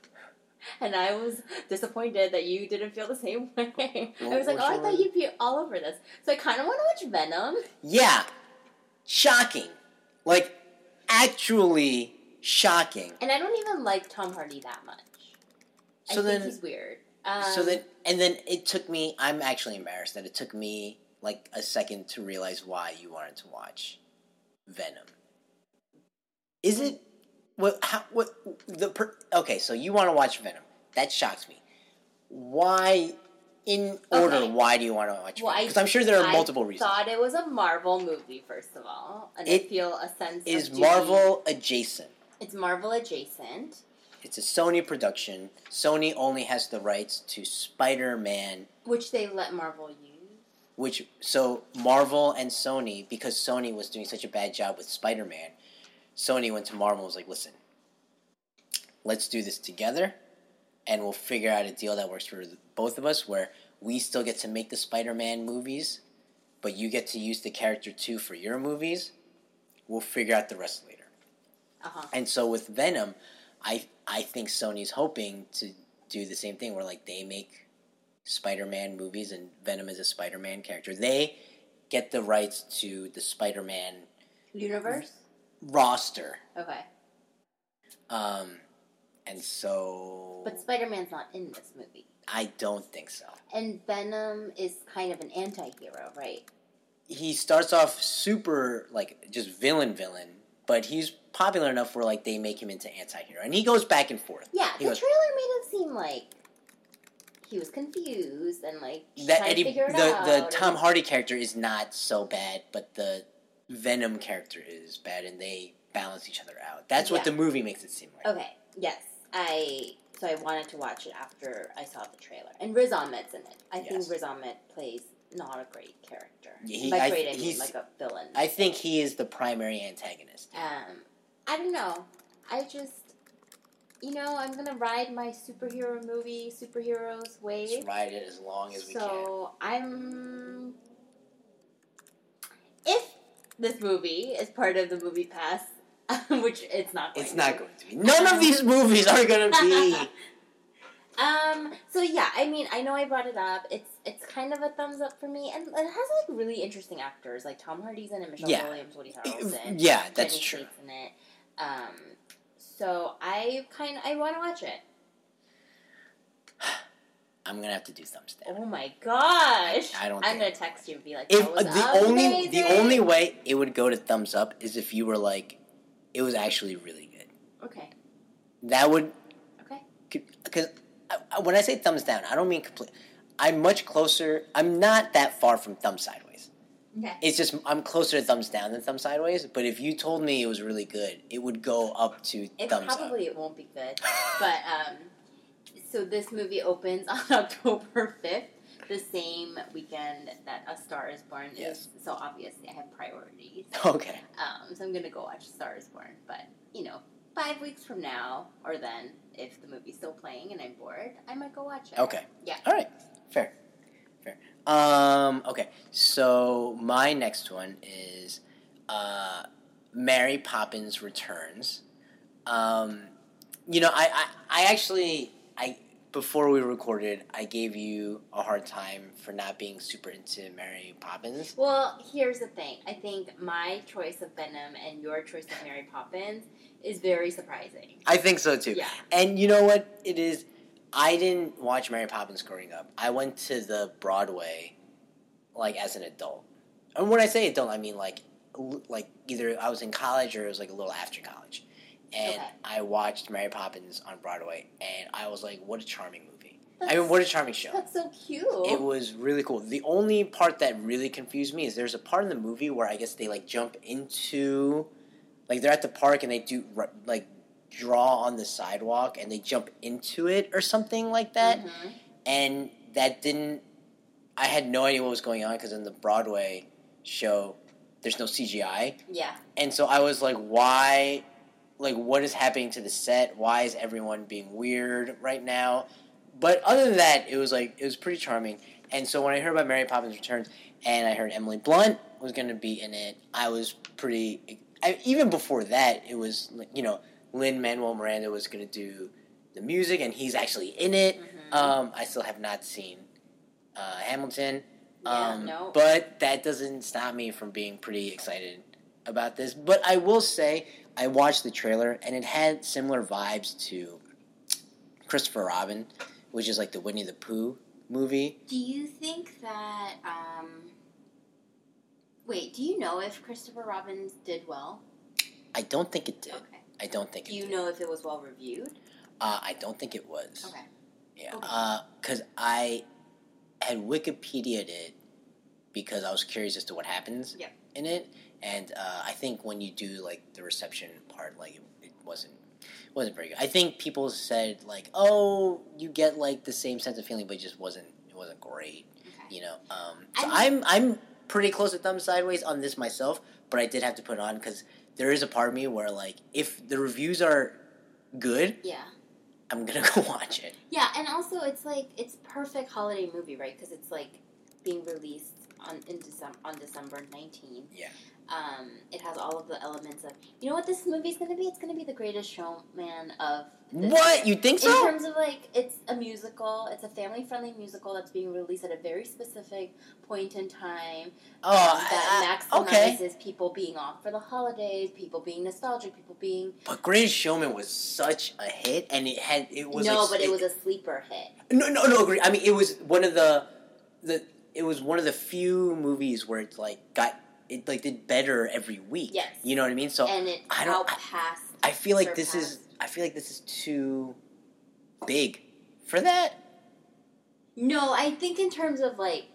[SPEAKER 2] And I was disappointed that you didn't feel the same *laughs* way. I was like,
[SPEAKER 1] which
[SPEAKER 2] oh, I
[SPEAKER 1] one?
[SPEAKER 2] thought you'd be all over this. So I kind of want to watch Venom.
[SPEAKER 1] Yeah. Shocking. Like, actually shocking.
[SPEAKER 2] And I don't even like Tom Hardy that much. I
[SPEAKER 1] So
[SPEAKER 2] think
[SPEAKER 1] then-
[SPEAKER 2] he's weird. Um,
[SPEAKER 1] so then, and then it took me. I'm actually embarrassed that it took me like a second to realize why you wanted to watch Venom. Is it what? How? What the? Per, okay, so you want to watch Venom? That shocks me. Why? In order,
[SPEAKER 2] Okay.
[SPEAKER 1] why do you want to watch?
[SPEAKER 2] Well, I-
[SPEAKER 1] Because I'm sure there are
[SPEAKER 2] I
[SPEAKER 1] multiple reasons.
[SPEAKER 2] thought it was a Marvel movie, first of all. And I
[SPEAKER 1] It
[SPEAKER 2] feel a sense
[SPEAKER 1] Is
[SPEAKER 2] of duty.
[SPEAKER 1] Marvel adjacent?
[SPEAKER 2] It's Marvel adjacent.
[SPEAKER 1] It's a Sony production. Sony only has the rights to Spider-Man
[SPEAKER 2] Which they let Marvel use.
[SPEAKER 1] which so Marvel and Sony because Sony was doing such a bad job with Spider Man, Sony went to Marvel and was like, "Listen, let's do this together, and we'll figure out a deal that works for the- both of us, where we still get to make the Spider Man movies, but you get to use the character too for your movies. We'll figure out the rest later."
[SPEAKER 2] Uh-huh.
[SPEAKER 1] And so with Venom, I I think Sony's hoping to do the same thing where like they make Spider-Man movies and Venom is a Spider-Man character. They get the rights to the Spider-Man
[SPEAKER 2] Universe?
[SPEAKER 1] roster.
[SPEAKER 2] Okay.
[SPEAKER 1] Um and so
[SPEAKER 2] But Spider Man's not in this movie.
[SPEAKER 1] I don't think so.
[SPEAKER 2] And Venom is kind of an anti hero, right?
[SPEAKER 1] He starts off super like just villain villain, but he's popular enough where like they make him into anti-hero and he goes back and forth.
[SPEAKER 2] Yeah,
[SPEAKER 1] He
[SPEAKER 2] the
[SPEAKER 1] was-
[SPEAKER 2] trailer made him seem like he was confused and like
[SPEAKER 1] that
[SPEAKER 2] trying
[SPEAKER 1] Eddie,
[SPEAKER 2] to figure it
[SPEAKER 1] the
[SPEAKER 2] out.
[SPEAKER 1] the Tom
[SPEAKER 2] and-
[SPEAKER 1] Hardy character is not so bad, but the Venom character is bad, and they balance each other out. That's
[SPEAKER 2] Yeah.
[SPEAKER 1] what the movie makes it seem like.
[SPEAKER 2] Okay, yes. I so I wanted to watch it after I saw the trailer. And Riz Ahmed's in it. I
[SPEAKER 1] Yes.
[SPEAKER 2] think Riz Ahmed plays not a great character.
[SPEAKER 1] Yeah, he-
[SPEAKER 2] By
[SPEAKER 1] I-
[SPEAKER 2] great I, mean
[SPEAKER 1] he's-
[SPEAKER 2] like a villain.
[SPEAKER 1] I think he is the primary antagonist.
[SPEAKER 2] Um, I don't know. I just you know, I'm gonna ride my superhero movie, superheroes wave.
[SPEAKER 1] Let's ride it as long as we can.
[SPEAKER 2] So I'm. If this movie is part of the movie pass, *laughs* which it's not. Going
[SPEAKER 1] It's
[SPEAKER 2] to.
[SPEAKER 1] not going
[SPEAKER 2] *laughs*
[SPEAKER 1] to be. None of these movies are going to be.
[SPEAKER 2] Um. So yeah, I mean, I know I brought it up. It's it's kind of a thumbs up for me, and it has like really interesting actors, like Tom Hardy's in it, Michelle
[SPEAKER 1] Yeah. *clears throat*
[SPEAKER 2] Williams, Woody Harrelson.
[SPEAKER 1] yeah, that's
[SPEAKER 2] Jenny
[SPEAKER 1] true.
[SPEAKER 2] Slate's in it. Um. So I kind I want to watch it.
[SPEAKER 1] I'm going to have to do thumbs down.
[SPEAKER 2] Oh my gosh!
[SPEAKER 1] I don't
[SPEAKER 2] I'm
[SPEAKER 1] think-
[SPEAKER 2] gonna text you and be like,
[SPEAKER 1] If
[SPEAKER 2] that was
[SPEAKER 1] the only the
[SPEAKER 2] amazing.
[SPEAKER 1] only way it would go to thumbs up is if you were like, it was actually really good.
[SPEAKER 2] Okay.
[SPEAKER 1] That would
[SPEAKER 2] Okay.
[SPEAKER 1] because when I say thumbs down, I don't mean complete. I'm much closer. I'm not that far from thumb sideways.
[SPEAKER 2] Okay.
[SPEAKER 1] It's just I'm closer to thumbs down than thumb sideways. But if you told me it was really good, it would go up to
[SPEAKER 2] It
[SPEAKER 1] thumbs
[SPEAKER 2] probably it won't be good,
[SPEAKER 1] up.
[SPEAKER 2] but um, so this movie opens *laughs* on October fifth, the same weekend that A Star Is Born
[SPEAKER 1] Yes.
[SPEAKER 2] is. So obviously, I have priorities.
[SPEAKER 1] *laughs* okay.
[SPEAKER 2] Um, so I'm gonna go watch A Star Is Born, but you know, five weeks from now or then, if the movie's still playing and I'm bored, I might go watch it.
[SPEAKER 1] Okay.
[SPEAKER 2] Yeah.
[SPEAKER 1] All right. Fair. Fair. Um, okay. So my next one is uh, Mary Poppins Returns. Um, you know, I, I, I actually I before we recorded, I gave you a hard time for not being super into Mary Poppins.
[SPEAKER 2] Well, here's the thing. I think my choice of Venom and your choice of Mary Poppins is very surprising.
[SPEAKER 1] I think so too.
[SPEAKER 2] Yeah.
[SPEAKER 1] And you know what it is? I didn't watch Mary Poppins growing up. I went to the Broadway, like as an adult. And when I say adult, I mean like, l- like either I was in college or it was like a little after college, and
[SPEAKER 2] Okay.
[SPEAKER 1] I watched Mary Poppins on Broadway, and I was like, what a charming movie! I
[SPEAKER 2] That's-
[SPEAKER 1] mean, what a charming show!
[SPEAKER 2] *laughs* That's so cute.
[SPEAKER 1] It was really cool. The only part that really confused me is there's a part in the movie where I guess they like jump into, like they're at the park and they do r- like draw on the sidewalk and they jump into it or something like that.
[SPEAKER 2] Mhm.
[SPEAKER 1] And that didn't. I had no idea what was going on because in the Broadway show, there's no CGI,
[SPEAKER 2] Yeah.
[SPEAKER 1] and so I was like, why? Like, what is happening to the set? Why is everyone being weird right now? But other than that, it was like it was pretty charming. And so when I heard about Mary Poppins Returns, and I heard Emily Blunt was going to be in it, I was pretty. I, even before that, it was like, you know Lin Manuel Miranda was going to do the music, and he's actually in it.
[SPEAKER 2] Mhm.
[SPEAKER 1] Um, I still have not seen uh, Hamilton. Um,
[SPEAKER 2] yeah. No.
[SPEAKER 1] But that doesn't stop me from being pretty excited about this. But I will say, I watched the trailer and it had similar vibes to Christopher Robin, which is like the Winnie the Pooh movie.
[SPEAKER 2] do you think that? Um, wait. Do you know if Christopher Robbins did well?
[SPEAKER 1] I don't think it did.
[SPEAKER 2] Okay.
[SPEAKER 1] I don't think
[SPEAKER 2] Do
[SPEAKER 1] it
[SPEAKER 2] you
[SPEAKER 1] did.
[SPEAKER 2] know if it was well reviewed?
[SPEAKER 1] Uh, I don't think it was.
[SPEAKER 2] Okay.
[SPEAKER 1] Yeah.
[SPEAKER 2] Okay.
[SPEAKER 1] Because I had Wikipedia'd it because I was curious as to what happens
[SPEAKER 2] Yeah.
[SPEAKER 1] in it, and uh, I think when you do like the reception part, like it, it wasn't wasn't very good. I think people said like, "Oh, you get like the same sense of feeling, but it just wasn't it wasn't great,"
[SPEAKER 2] Okay.
[SPEAKER 1] you know. Um, so
[SPEAKER 2] I
[SPEAKER 1] I'm I'm pretty close to thumb sideways on this myself, but I did have to put it on because there is a part of me where like if the reviews are good,
[SPEAKER 2] Yeah.
[SPEAKER 1] I'm gonna *laughs* go watch it.
[SPEAKER 2] Yeah, and also it's like it's perfect holiday movie, right? Because it's like being released on in December on December nineteenth.
[SPEAKER 1] Yeah.
[SPEAKER 2] Um, it has all of the elements of you know what this movie's gonna be. It's gonna be the greatest showman of this
[SPEAKER 1] What you think
[SPEAKER 2] In
[SPEAKER 1] so?
[SPEAKER 2] terms of like, it's a musical. It's a family-friendly musical that's being released at a very specific point in time
[SPEAKER 1] Oh,
[SPEAKER 2] um,
[SPEAKER 1] I-
[SPEAKER 2] that
[SPEAKER 1] I-
[SPEAKER 2] maximizes
[SPEAKER 1] okay.
[SPEAKER 2] people being off for the holidays, people being nostalgic, people being
[SPEAKER 1] But Greatest Showman was such a hit, and it had it was
[SPEAKER 2] no,
[SPEAKER 1] like-
[SPEAKER 2] but it was a sleeper hit.
[SPEAKER 1] no no no. Agree. I mean, it was one of the the it was one of the few movies where it like got it like did better every week.
[SPEAKER 2] Yes.
[SPEAKER 1] you know what I mean. So
[SPEAKER 2] and it
[SPEAKER 1] Oh, I don't- I-
[SPEAKER 2] outpassed.
[SPEAKER 1] I feel like this is
[SPEAKER 2] surpassed.
[SPEAKER 1] I feel like this is too big for that.
[SPEAKER 2] No, I think in terms of like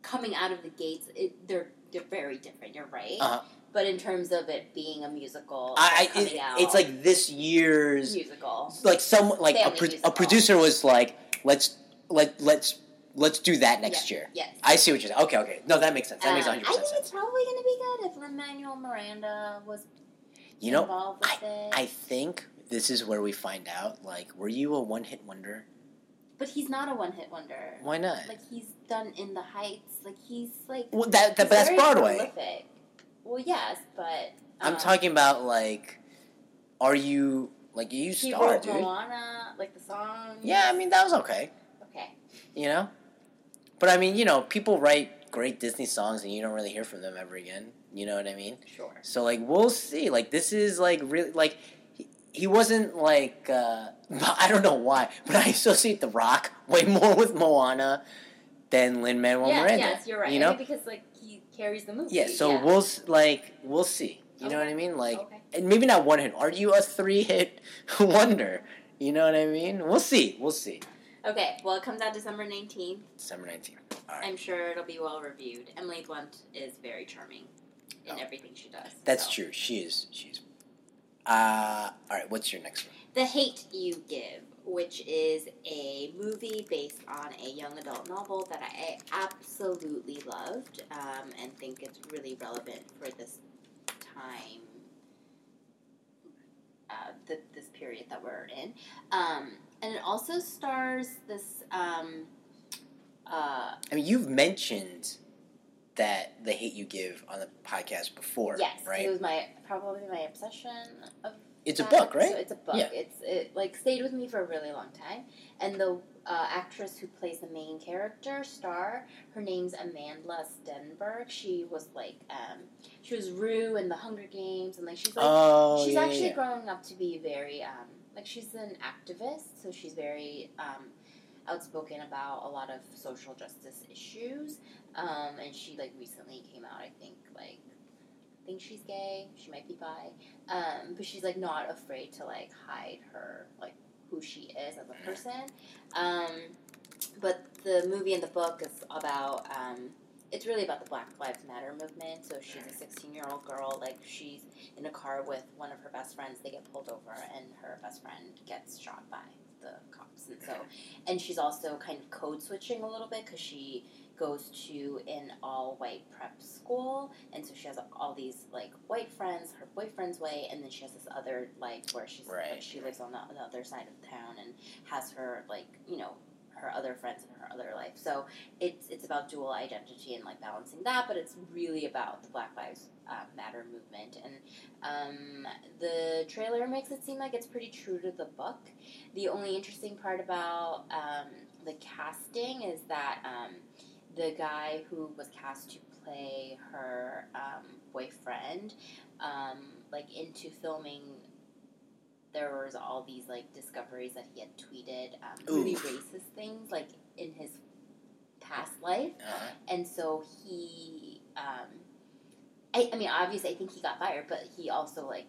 [SPEAKER 2] coming out of the gates, it, they're they're very different. You're right,
[SPEAKER 1] Uh-huh.
[SPEAKER 2] but in terms of it being a musical,
[SPEAKER 1] I, I
[SPEAKER 2] coming
[SPEAKER 1] it,
[SPEAKER 2] out,
[SPEAKER 1] it's like this year's
[SPEAKER 2] musical.
[SPEAKER 1] like some like a,
[SPEAKER 2] Family
[SPEAKER 1] pro- a
[SPEAKER 2] musical.
[SPEAKER 1] producer was like let's let let's let's do that next year.
[SPEAKER 2] Yes.
[SPEAKER 1] I see what you're saying. Okay, okay. No, that makes sense. That makes
[SPEAKER 2] Um, I
[SPEAKER 1] 100
[SPEAKER 2] think
[SPEAKER 1] percent sense.
[SPEAKER 2] it's probably going to be good if Lin Manuel Miranda was
[SPEAKER 1] You know,
[SPEAKER 2] involved with it.
[SPEAKER 1] I think this is where we find out. Like, were you a one hit wonder?
[SPEAKER 2] But he's not a one hit wonder.
[SPEAKER 1] Why not?
[SPEAKER 2] Like he's done in the heights. Like he's like
[SPEAKER 1] well, that, that
[SPEAKER 2] he's
[SPEAKER 1] but that's
[SPEAKER 2] very uh,
[SPEAKER 1] Broadway.
[SPEAKER 2] prolific. Well, yes, but
[SPEAKER 1] I'm
[SPEAKER 2] um,
[SPEAKER 1] talking about like, are you like you
[SPEAKER 2] He
[SPEAKER 1] star,
[SPEAKER 2] wrote
[SPEAKER 1] dude?
[SPEAKER 2] Moana, like the song.
[SPEAKER 1] Yeah, I mean that was okay,
[SPEAKER 2] Okay.
[SPEAKER 1] you know. But I mean, you know, people write great Disney songs, and you don't really hear from them ever again. You know what I mean?
[SPEAKER 2] Sure.
[SPEAKER 1] So like, we'll see. Like this is like really like. he- He wasn't like uh, *laughs* I don't know why, but I associate The Rock way more with Moana than Lin Manuel
[SPEAKER 2] yes,
[SPEAKER 1] Miranda.
[SPEAKER 2] yes, you're right.
[SPEAKER 1] You know,
[SPEAKER 2] I mean, because like he carries the movie.
[SPEAKER 1] yeah. So
[SPEAKER 2] yeah.
[SPEAKER 1] we'll s- like we'll see. You know
[SPEAKER 2] Okay.
[SPEAKER 1] what I mean? Like
[SPEAKER 2] okay.
[SPEAKER 1] and maybe not one hit. Are you a three hit *laughs* wonder? You know what I mean? We'll see. We'll see.
[SPEAKER 2] Okay. Well, it comes out December nineteenth.
[SPEAKER 1] December 19th. All right.
[SPEAKER 2] I'm sure it'll be well reviewed. Emily Blunt is very charming in
[SPEAKER 1] Oh.
[SPEAKER 2] everything she does.
[SPEAKER 1] That's
[SPEAKER 2] so.
[SPEAKER 1] true. She is. She is. Uh, all right. What's your next one?
[SPEAKER 2] The Hate You Give, which is a movie based on a young adult novel that I absolutely loved um, and think it's really relevant for this time, uh, th- this period that we're in. Um, and it also stars this. Um, uh,
[SPEAKER 1] I mean, you've mentioned that the hate you give on the podcast before,
[SPEAKER 2] yes, it
[SPEAKER 1] right?
[SPEAKER 2] was my probably my obsession of
[SPEAKER 1] It's a
[SPEAKER 2] that.
[SPEAKER 1] book,
[SPEAKER 2] Uh, So
[SPEAKER 1] right?
[SPEAKER 2] it's a book.
[SPEAKER 1] Yeah.
[SPEAKER 2] It's it like stayed with me for a really long time. And the uh, actress who plays the main character, Star, her name's Amanda Stenberg. She was like um, she was Rue in The Hunger Games, and like she's like
[SPEAKER 1] oh,
[SPEAKER 2] she's
[SPEAKER 1] yeah,
[SPEAKER 2] actually
[SPEAKER 1] yeah.
[SPEAKER 2] growing up to be very um, like she's an activist, so she's very um, outspoken about a lot of social justice issues. Um, and she like recently came out, I think like I think she's gay, she might be bi, um, but she's like not afraid to like hide her like who she is as a person. Um, but the movie and the book is about um, it's really about the Black Lives Matter movement. So she's a 16 year old girl, like she's in a car with one of her best friends. They get pulled over, and her best friend gets shot by the cops. And so, and she's also kind of code switching a little bit because she goes to an all white prep school, and so she has all these like white friends, her boyfriend's way, and then she has this other life where she's
[SPEAKER 1] Right.
[SPEAKER 2] she lives on the, the other side of town and has her like you know her other friends in her other life. So it's it's about dual identity and like balancing that, but it's really about the Black Lives uh, Matter movement. And um, the trailer makes it seem like it's pretty true to the book. The only interesting part about um, the casting is that um, the guy who was cast to play her um, boyfriend, um, like into filming. There was all these like discoveries that he had tweeted um, really
[SPEAKER 1] Oof.
[SPEAKER 2] racist things like in his past life,
[SPEAKER 1] Uh-huh.
[SPEAKER 2] and so he, um, I, I mean, obviously, I think he got fired, but he also like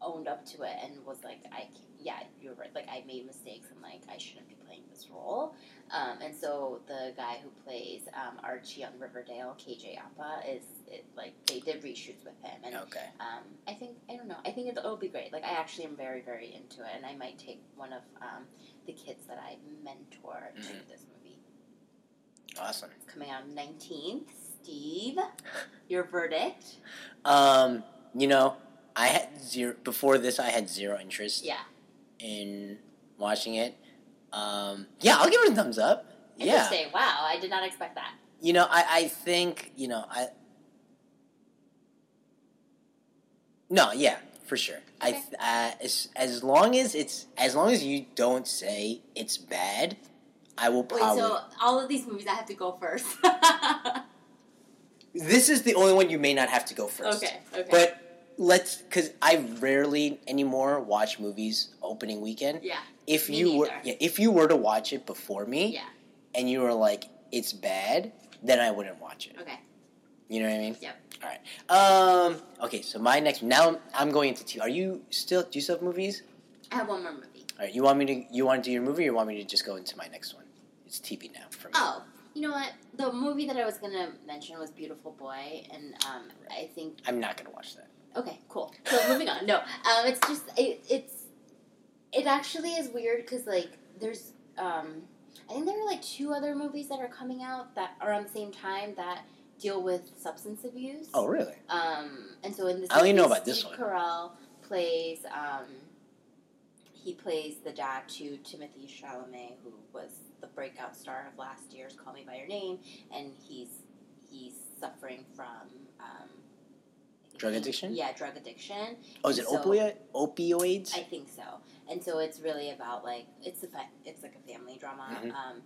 [SPEAKER 2] owned up to it and was like, I, can yeah, you're right. Like, I made mistakes, and like, I shouldn't be playing this role. Um, and so the guy who plays um, Archie on Riverdale, KJ Appa, is it, like they did reshoots with him, and
[SPEAKER 1] Okay.
[SPEAKER 2] um, I think I don't know. I think it'll, it'll be great. Like I actually am very very into it, and I might take one of um, the kids that I mentor
[SPEAKER 1] Mhm.
[SPEAKER 2] to this movie.
[SPEAKER 1] Awesome.
[SPEAKER 2] It's coming out nineteenth. Steve, your verdict?
[SPEAKER 1] Um, you know, I had zero before this. I had zero interest
[SPEAKER 2] Yeah,
[SPEAKER 1] in watching it. Um, yeah, I'll give it a thumbs up. Yeah.
[SPEAKER 2] interesting. Wow, I did not expect that.
[SPEAKER 1] You know, I, I think, you know, I. No, yeah, for sure. I
[SPEAKER 2] Okay.
[SPEAKER 1] th- uh, as, as long as it's as long as you don't say it's bad, I will
[SPEAKER 2] Wait,
[SPEAKER 1] probably.
[SPEAKER 2] so all of these movies I have to go first. *laughs*
[SPEAKER 1] This is the only one you may not have to go first.
[SPEAKER 2] okay, okay.
[SPEAKER 1] But let's cuz I rarely anymore watch movies opening weekend.
[SPEAKER 2] yeah,
[SPEAKER 1] If
[SPEAKER 2] me
[SPEAKER 1] you were
[SPEAKER 2] neither.
[SPEAKER 1] yeah, if you were to watch it before me
[SPEAKER 2] yeah,
[SPEAKER 1] and you were like it's bad, then I wouldn't watch it.
[SPEAKER 2] okay.
[SPEAKER 1] You know what I mean?
[SPEAKER 2] Yep.
[SPEAKER 1] All right. Um. Okay. So my next. Now I'm going into. T- are you still? Do you still have movies?
[SPEAKER 2] I have one more movie.
[SPEAKER 1] All right. You want me to? You want to do your movie? or You want me to just go into my next one? It's TV now for me.
[SPEAKER 2] Oh, you know what? The movie that I was gonna mention was Beautiful Boy, and um, I think
[SPEAKER 1] I'm not gonna watch that.
[SPEAKER 2] Okay, cool. So moving on. No, um, it's just it, it's it actually is weird because like there's um, I think there are like two other movies that are coming out that are on the same time that deal with substance abuse.
[SPEAKER 1] Oh really?
[SPEAKER 2] Um, and so in this,
[SPEAKER 1] I only know
[SPEAKER 2] movie,
[SPEAKER 1] about this
[SPEAKER 2] Steve
[SPEAKER 1] one.
[SPEAKER 2] Carell plays um, he plays the dad to Timothy Chalamet, who was the breakout star of last year's Call Me by Your Name, and he's he's suffering from um,
[SPEAKER 1] Drug addiction?
[SPEAKER 2] Yeah, drug addiction.
[SPEAKER 1] Oh, is it
[SPEAKER 2] So-
[SPEAKER 1] opioid? Opioids?
[SPEAKER 2] I think so. And so it's really about like it's a fa- it's like a family drama.
[SPEAKER 1] Mhm.
[SPEAKER 2] Um,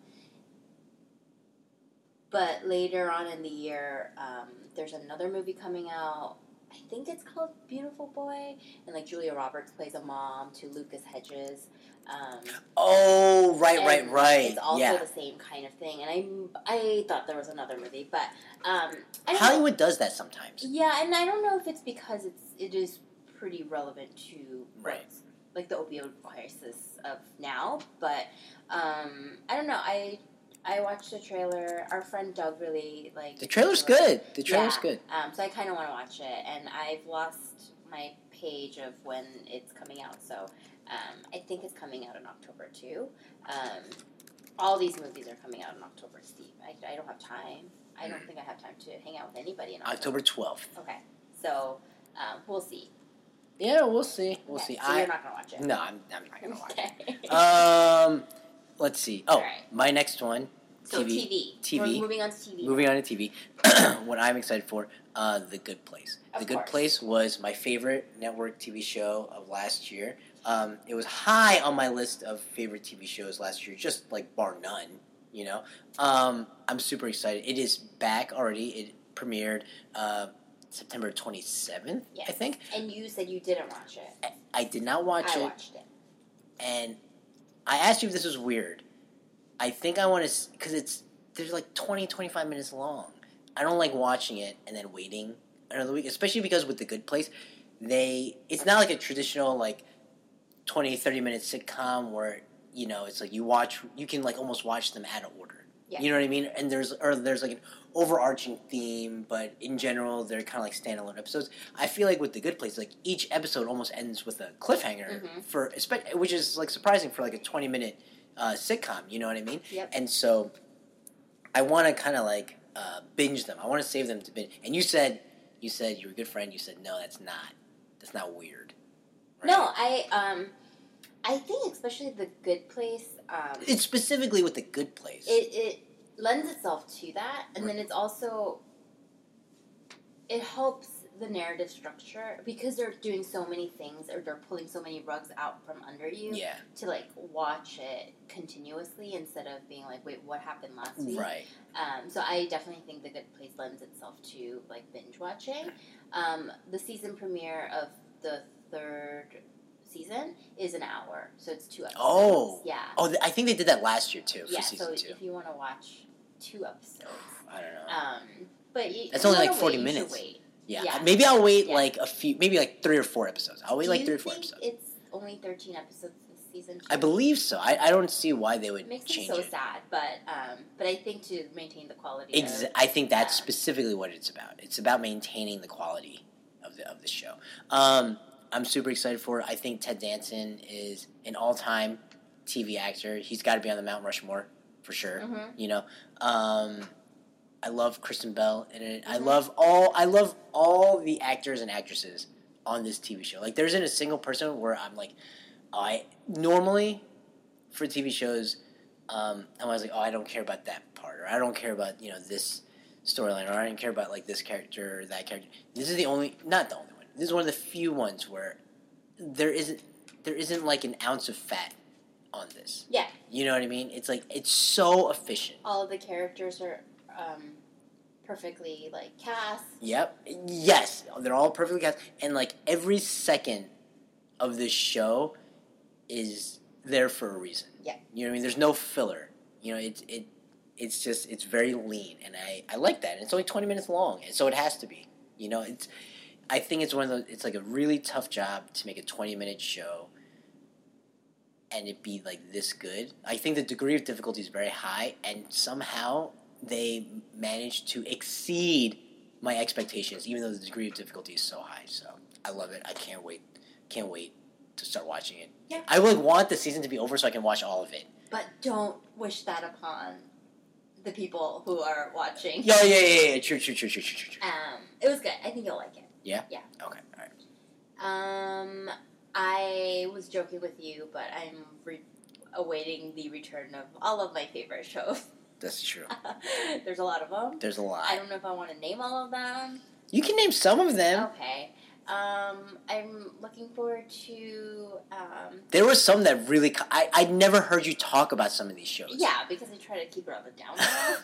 [SPEAKER 2] but later on in the year, um, there's another movie coming out. I think it's called Beautiful Boy, and like Julia Roberts plays a mom to Lucas Hedges. Um,
[SPEAKER 1] oh, right, right,
[SPEAKER 2] and
[SPEAKER 1] right.
[SPEAKER 2] It's also
[SPEAKER 1] Yeah.
[SPEAKER 2] the same kind of thing, and I I thought there was another movie, but um, I don't know.
[SPEAKER 1] Hollywood does that sometimes.
[SPEAKER 2] Yeah, and I don't know if it's because it's it is pretty relevant to
[SPEAKER 1] Right.
[SPEAKER 2] what's- like the opioid crisis of now, but um, I don't know. I I watched the trailer. Our friend Doug really like
[SPEAKER 1] The trailer's good. The trailer's
[SPEAKER 2] Yeah.
[SPEAKER 1] good.
[SPEAKER 2] Um, so I kind of want to watch it, and I've lost my page of when it's coming out. So um, I think it's coming out in October too. Um, all these movies are coming out in October, Steve. I, I don't have time. I
[SPEAKER 1] Mm.
[SPEAKER 2] don't think I have time to hang out with anybody in October.
[SPEAKER 1] October 12th.
[SPEAKER 2] Okay, so um, we'll see.
[SPEAKER 1] Yeah, we'll see. We'll
[SPEAKER 2] Okay,
[SPEAKER 1] see.
[SPEAKER 2] So you're
[SPEAKER 1] I
[SPEAKER 2] not gonna watch it.
[SPEAKER 1] No, I'm, I'm not going
[SPEAKER 2] *laughs*
[SPEAKER 1] to watch it.
[SPEAKER 2] Okay.
[SPEAKER 1] Um, let's see. Oh,
[SPEAKER 2] Alright.
[SPEAKER 1] my next one.
[SPEAKER 2] so
[SPEAKER 1] TV.
[SPEAKER 2] TV.
[SPEAKER 1] TV.
[SPEAKER 2] We're moving on to TV.
[SPEAKER 1] Moving on to TV. *clears throat* what I'm excited for, uh, The Good Place.
[SPEAKER 2] Of
[SPEAKER 1] the Good
[SPEAKER 2] course.
[SPEAKER 1] Place was my favorite network TV show of last year. Um, it was high on my list of favorite TV shows last year, just like bar none. You know, um, I'm super excited. It is back already. It premiered uh, September 27th, I
[SPEAKER 2] Yes.
[SPEAKER 1] think.
[SPEAKER 2] And you said you didn't watch it.
[SPEAKER 1] I- I did not watch
[SPEAKER 2] I
[SPEAKER 1] it
[SPEAKER 2] watched it.
[SPEAKER 1] and I asked you if this was weird. I think I want to because it's there's like 20, 25 minutes long. I don't like watching it and then waiting another week, especially because with the Good Place, they it's not like a traditional like 20, 30 minute sitcom where you know it's like you watch you can like almost watch them out of order.
[SPEAKER 2] Yeah.
[SPEAKER 1] You know what I mean? And there's or there's like an overarching theme, but in general they're kind of like standalone episodes. I feel like with the Good Place, like each episode almost ends with a cliffhanger
[SPEAKER 2] Mhm.
[SPEAKER 1] for, espe- which is like surprising for like a twenty minute uh, sitcom. You know what I mean?
[SPEAKER 2] Yep.
[SPEAKER 1] And so, I want to kind of like uh, binge them. I want to save them to binge. And you said, you said you were a good friend. You said no, that's not, that's not weird. right?
[SPEAKER 2] No, I um, I think especially the Good Place. Um,
[SPEAKER 1] It's specifically with the Good Place.
[SPEAKER 2] it it lends itself to that, and then it's also it helps the narrative structure because they're doing so many things or they're pulling so many rugs out from under you
[SPEAKER 1] yeah.
[SPEAKER 2] to like watch it continuously instead of being like, wait, what happened last week?
[SPEAKER 1] Right.
[SPEAKER 2] Um, so I definitely think The Good Place lends itself to like binge watching. Um, the season premiere of the third season is an hour, so it's two episodes.
[SPEAKER 1] Oh.
[SPEAKER 2] yeah,
[SPEAKER 1] Oh, th- I think they did that last year too for
[SPEAKER 2] yeah. So
[SPEAKER 1] season two.
[SPEAKER 2] if you want to watch two episodes,
[SPEAKER 1] I don't know.
[SPEAKER 2] um, but you,
[SPEAKER 1] That's
[SPEAKER 2] if you
[SPEAKER 1] only, like,
[SPEAKER 2] wanna
[SPEAKER 1] 40
[SPEAKER 2] wait, you should
[SPEAKER 1] minutes.
[SPEAKER 2] Wait.
[SPEAKER 1] yeah.
[SPEAKER 2] yeah.
[SPEAKER 1] Maybe I'll wait
[SPEAKER 2] Yeah.
[SPEAKER 1] like a few, maybe like three or four episodes. I'll wait
[SPEAKER 2] Do
[SPEAKER 1] like
[SPEAKER 2] you
[SPEAKER 1] three or four
[SPEAKER 2] think
[SPEAKER 1] episodes.
[SPEAKER 2] It's only thirteen episodes this season.
[SPEAKER 1] I
[SPEAKER 2] too?
[SPEAKER 1] believe so. I, I don't see why they would
[SPEAKER 2] It makes me
[SPEAKER 1] change
[SPEAKER 2] so
[SPEAKER 1] it.
[SPEAKER 2] sad, but um, but I think to maintain the quality.
[SPEAKER 1] Ex-
[SPEAKER 2] of,
[SPEAKER 1] I think that's
[SPEAKER 2] Yeah.
[SPEAKER 1] specifically what it's about. It's about maintaining the quality of the of the show. Um, I'm super excited for it. I think Ted Danson is an all time TV actor. He's got to be on the Mount Rushmore for sure.
[SPEAKER 2] Mhm.
[SPEAKER 1] You know, um, I love Kristen Bell in it. I
[SPEAKER 2] Mhm.
[SPEAKER 1] love all I love all the actors and actresses on this TV show. Like, there isn't a single person where I'm like, I normally for TV shows, um, I'm always like, oh, I don't care about that part, or I don't care about you know this storyline, or I don't care about like this character or that character. This is the only, not the only one. This is one of the few ones where there isn't there isn't like an ounce of fat on this.
[SPEAKER 2] Yeah.
[SPEAKER 1] You know what I mean? It's like it's so efficient.
[SPEAKER 2] all of the characters are um, perfectly like cast.
[SPEAKER 1] Yep. Yes, they're all perfectly cast, and like every second of this show is there for a reason.
[SPEAKER 2] Yeah.
[SPEAKER 1] You know what I mean? There's no filler. You know, it's it it's just it's very lean, and I I like that. And it's only 20 minutes long, and so it has to be. You know, it's I think it's one of those. It's like a really tough job to make a 20 minute show. And it be like this good. I think the degree of difficulty is very high, and somehow they managed to exceed my expectations, even though the degree of difficulty is so high. So I love it. I can't wait. Can't wait to start watching it.
[SPEAKER 2] Yeah.
[SPEAKER 1] I would want the season to be over so I can watch all of it.
[SPEAKER 2] But don't wish that upon the people who are watching.
[SPEAKER 1] Yeah, yeah, yeah, yeah. True, true, true, true, true, true. true.
[SPEAKER 2] Um, it was good. I think you'll like it.
[SPEAKER 1] Okay, all right.
[SPEAKER 2] Um, I was joking with you, but I'm re- awaiting the return of all of my favorite shows. *laughs*
[SPEAKER 1] That's true.
[SPEAKER 2] There's a lot of them.
[SPEAKER 1] There's a
[SPEAKER 2] I
[SPEAKER 1] lot.
[SPEAKER 2] don't know if I want to name all of them.
[SPEAKER 1] You can name some of them.
[SPEAKER 2] Okay. Um, I'm looking forward to. Um,
[SPEAKER 1] There were some that really. ca- I I never heard you talk about some of these shows.
[SPEAKER 2] yeah, because I try to keep it on the down
[SPEAKER 1] *laughs*
[SPEAKER 2] low.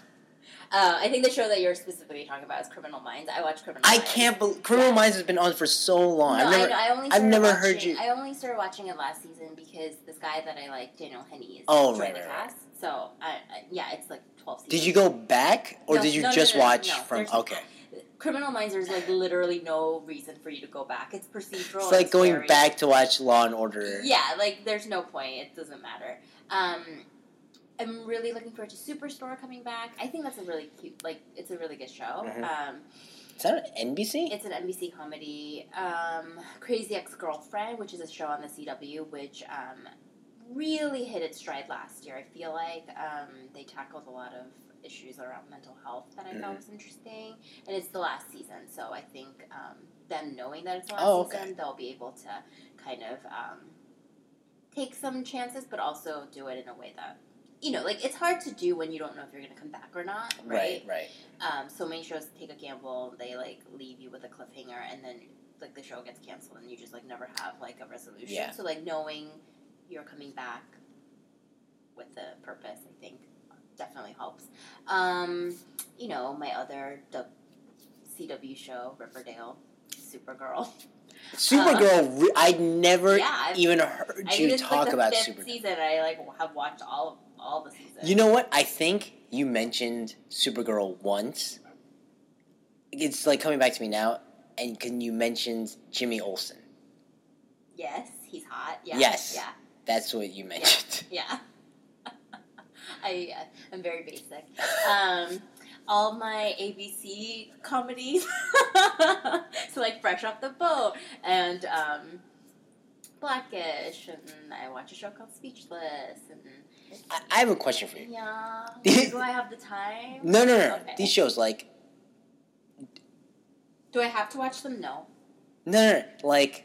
[SPEAKER 2] Uh, I think the show that you're specifically talking about is Criminal Minds. I watch Criminal
[SPEAKER 1] I
[SPEAKER 2] Minds.
[SPEAKER 1] can't believe Criminal Minds has been on for so long. I've
[SPEAKER 2] No, I
[SPEAKER 1] never,
[SPEAKER 2] know- I only
[SPEAKER 1] I've
[SPEAKER 2] started
[SPEAKER 1] never
[SPEAKER 2] watching,
[SPEAKER 1] heard you-
[SPEAKER 2] I only started watching it last season because this guy that I like, Daniel Henney, is
[SPEAKER 1] Oh,
[SPEAKER 2] joined
[SPEAKER 1] right,
[SPEAKER 2] the
[SPEAKER 1] right, right.
[SPEAKER 2] cast. So I, I, yeah, it's like twelve. Seasons.
[SPEAKER 1] Did you go back or
[SPEAKER 2] No,
[SPEAKER 1] did you
[SPEAKER 2] no, no,
[SPEAKER 1] just
[SPEAKER 2] no, no,
[SPEAKER 1] watch
[SPEAKER 2] no,
[SPEAKER 1] from?
[SPEAKER 2] there's-
[SPEAKER 1] Okay,
[SPEAKER 2] Criminal Minds? There's like literally no reason for you to go back. It's procedural.
[SPEAKER 1] it's like going
[SPEAKER 2] very-
[SPEAKER 1] back to watch Law and Order.
[SPEAKER 2] Yeah, like there's no point. It doesn't matter. Um, I'm really looking forward to Superstore coming back. I think that's a really cute, like it's a really good show.
[SPEAKER 1] Mhm.
[SPEAKER 2] Um,
[SPEAKER 1] Is that on NBC?
[SPEAKER 2] it's an NBC comedy. Um, Crazy Ex Girlfriend, which is a show on the CW, which um, really hit its stride last year. I feel like um, they tackled a lot of issues around mental health that I thought
[SPEAKER 1] Mhm.
[SPEAKER 2] was interesting, and it's the last season, so I think um, them knowing that it's the last
[SPEAKER 1] Oh, okay.
[SPEAKER 2] season, they'll be able to kind of um, take some chances, but also do it in a way that. You know, like it's hard to do when you don't know if you're going to come back or not,
[SPEAKER 1] right, right.
[SPEAKER 2] um, so many shows take a gamble. They like leave you with a cliffhanger, and then like the show gets canceled, and you just like never have like a resolution.
[SPEAKER 1] Yeah.
[SPEAKER 2] So like knowing you're coming back with a purpose, I think definitely helps. Um, you know, my other du- CW show, Riverdale, Supergirl.
[SPEAKER 1] Supergirl. re- I'd never
[SPEAKER 2] Uh-huh. yeah, I've,
[SPEAKER 1] even heard
[SPEAKER 2] I mean,
[SPEAKER 1] you
[SPEAKER 2] it's, like,
[SPEAKER 1] talk
[SPEAKER 2] the
[SPEAKER 1] about
[SPEAKER 2] fifth
[SPEAKER 1] Supergirl.
[SPEAKER 2] season. I like have watched all of all the seasons.
[SPEAKER 1] You know what? I think you mentioned Supergirl once. It's like coming back to me now, and can you mentioned Jimmy Olsen?
[SPEAKER 2] yes, he's hot. Yeah,
[SPEAKER 1] Yes.
[SPEAKER 2] yeah.
[SPEAKER 1] That's what you
[SPEAKER 2] *laughs*
[SPEAKER 1] mentioned.
[SPEAKER 2] Yeah. I uh, I'm very basic. Um, all my ABC comedies, *laughs* so like Fresh Off the Boat and um, Blackish, and I watch a show called Speechless, and
[SPEAKER 1] I, I have a question for you. *laughs*
[SPEAKER 2] yeah, do I have the time?
[SPEAKER 1] No, no, no.
[SPEAKER 2] Okay.
[SPEAKER 1] These shows, like,
[SPEAKER 2] Do I have to watch them? No.
[SPEAKER 1] no, no, no, like,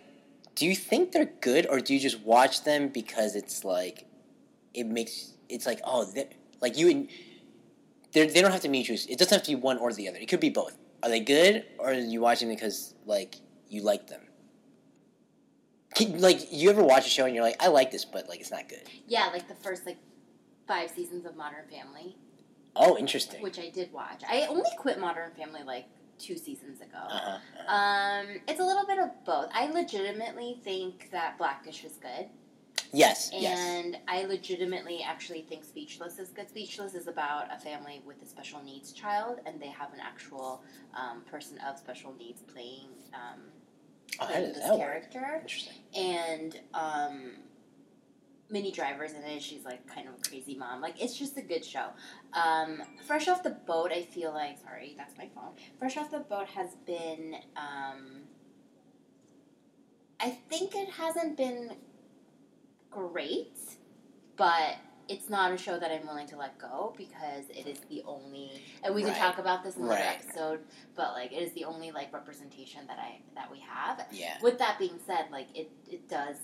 [SPEAKER 1] do you think they're good, or do you just watch them because it's like, it makes it's like, oh, they're- like you and they they don't have to meet you. It doesn't have to be one or the other. It could be both. Are they good, or are you watching because like you like them? Can, like, you ever watch a show and you're like, I like this, but like it's not good.
[SPEAKER 2] Yeah, like the first like five seasons of Modern Family,
[SPEAKER 1] Oh, interesting.
[SPEAKER 2] which I did watch. I only quit Modern Family like two seasons ago.
[SPEAKER 1] Uh-huh, uh-huh.
[SPEAKER 2] Um, it's a little bit of both. I legitimately think that Blackish is good,
[SPEAKER 1] Yes, yes.
[SPEAKER 2] and I legitimately actually think Speechless is good. Speechless is about a family with a special needs child, and they have an actual um, person of special needs playing, um,
[SPEAKER 1] Oh, how
[SPEAKER 2] playing
[SPEAKER 1] does
[SPEAKER 2] this
[SPEAKER 1] that work?
[SPEAKER 2] character.
[SPEAKER 1] Interesting.
[SPEAKER 2] And um, Minnie Driver's in it. She's like kind of a crazy mom. Like it's just a good show. Um, Fresh off the boat, I feel like sorry, that's my phone. Fresh off the boat has been. Um, I think it hasn't been great, but it's not a show that I'm willing to let go because it is the only, and we
[SPEAKER 1] Right.
[SPEAKER 2] can talk about this in another
[SPEAKER 1] Right.
[SPEAKER 2] episode. But like, it is the only like representation that I that we have.
[SPEAKER 1] Yeah.
[SPEAKER 2] With that being said, like it, it does,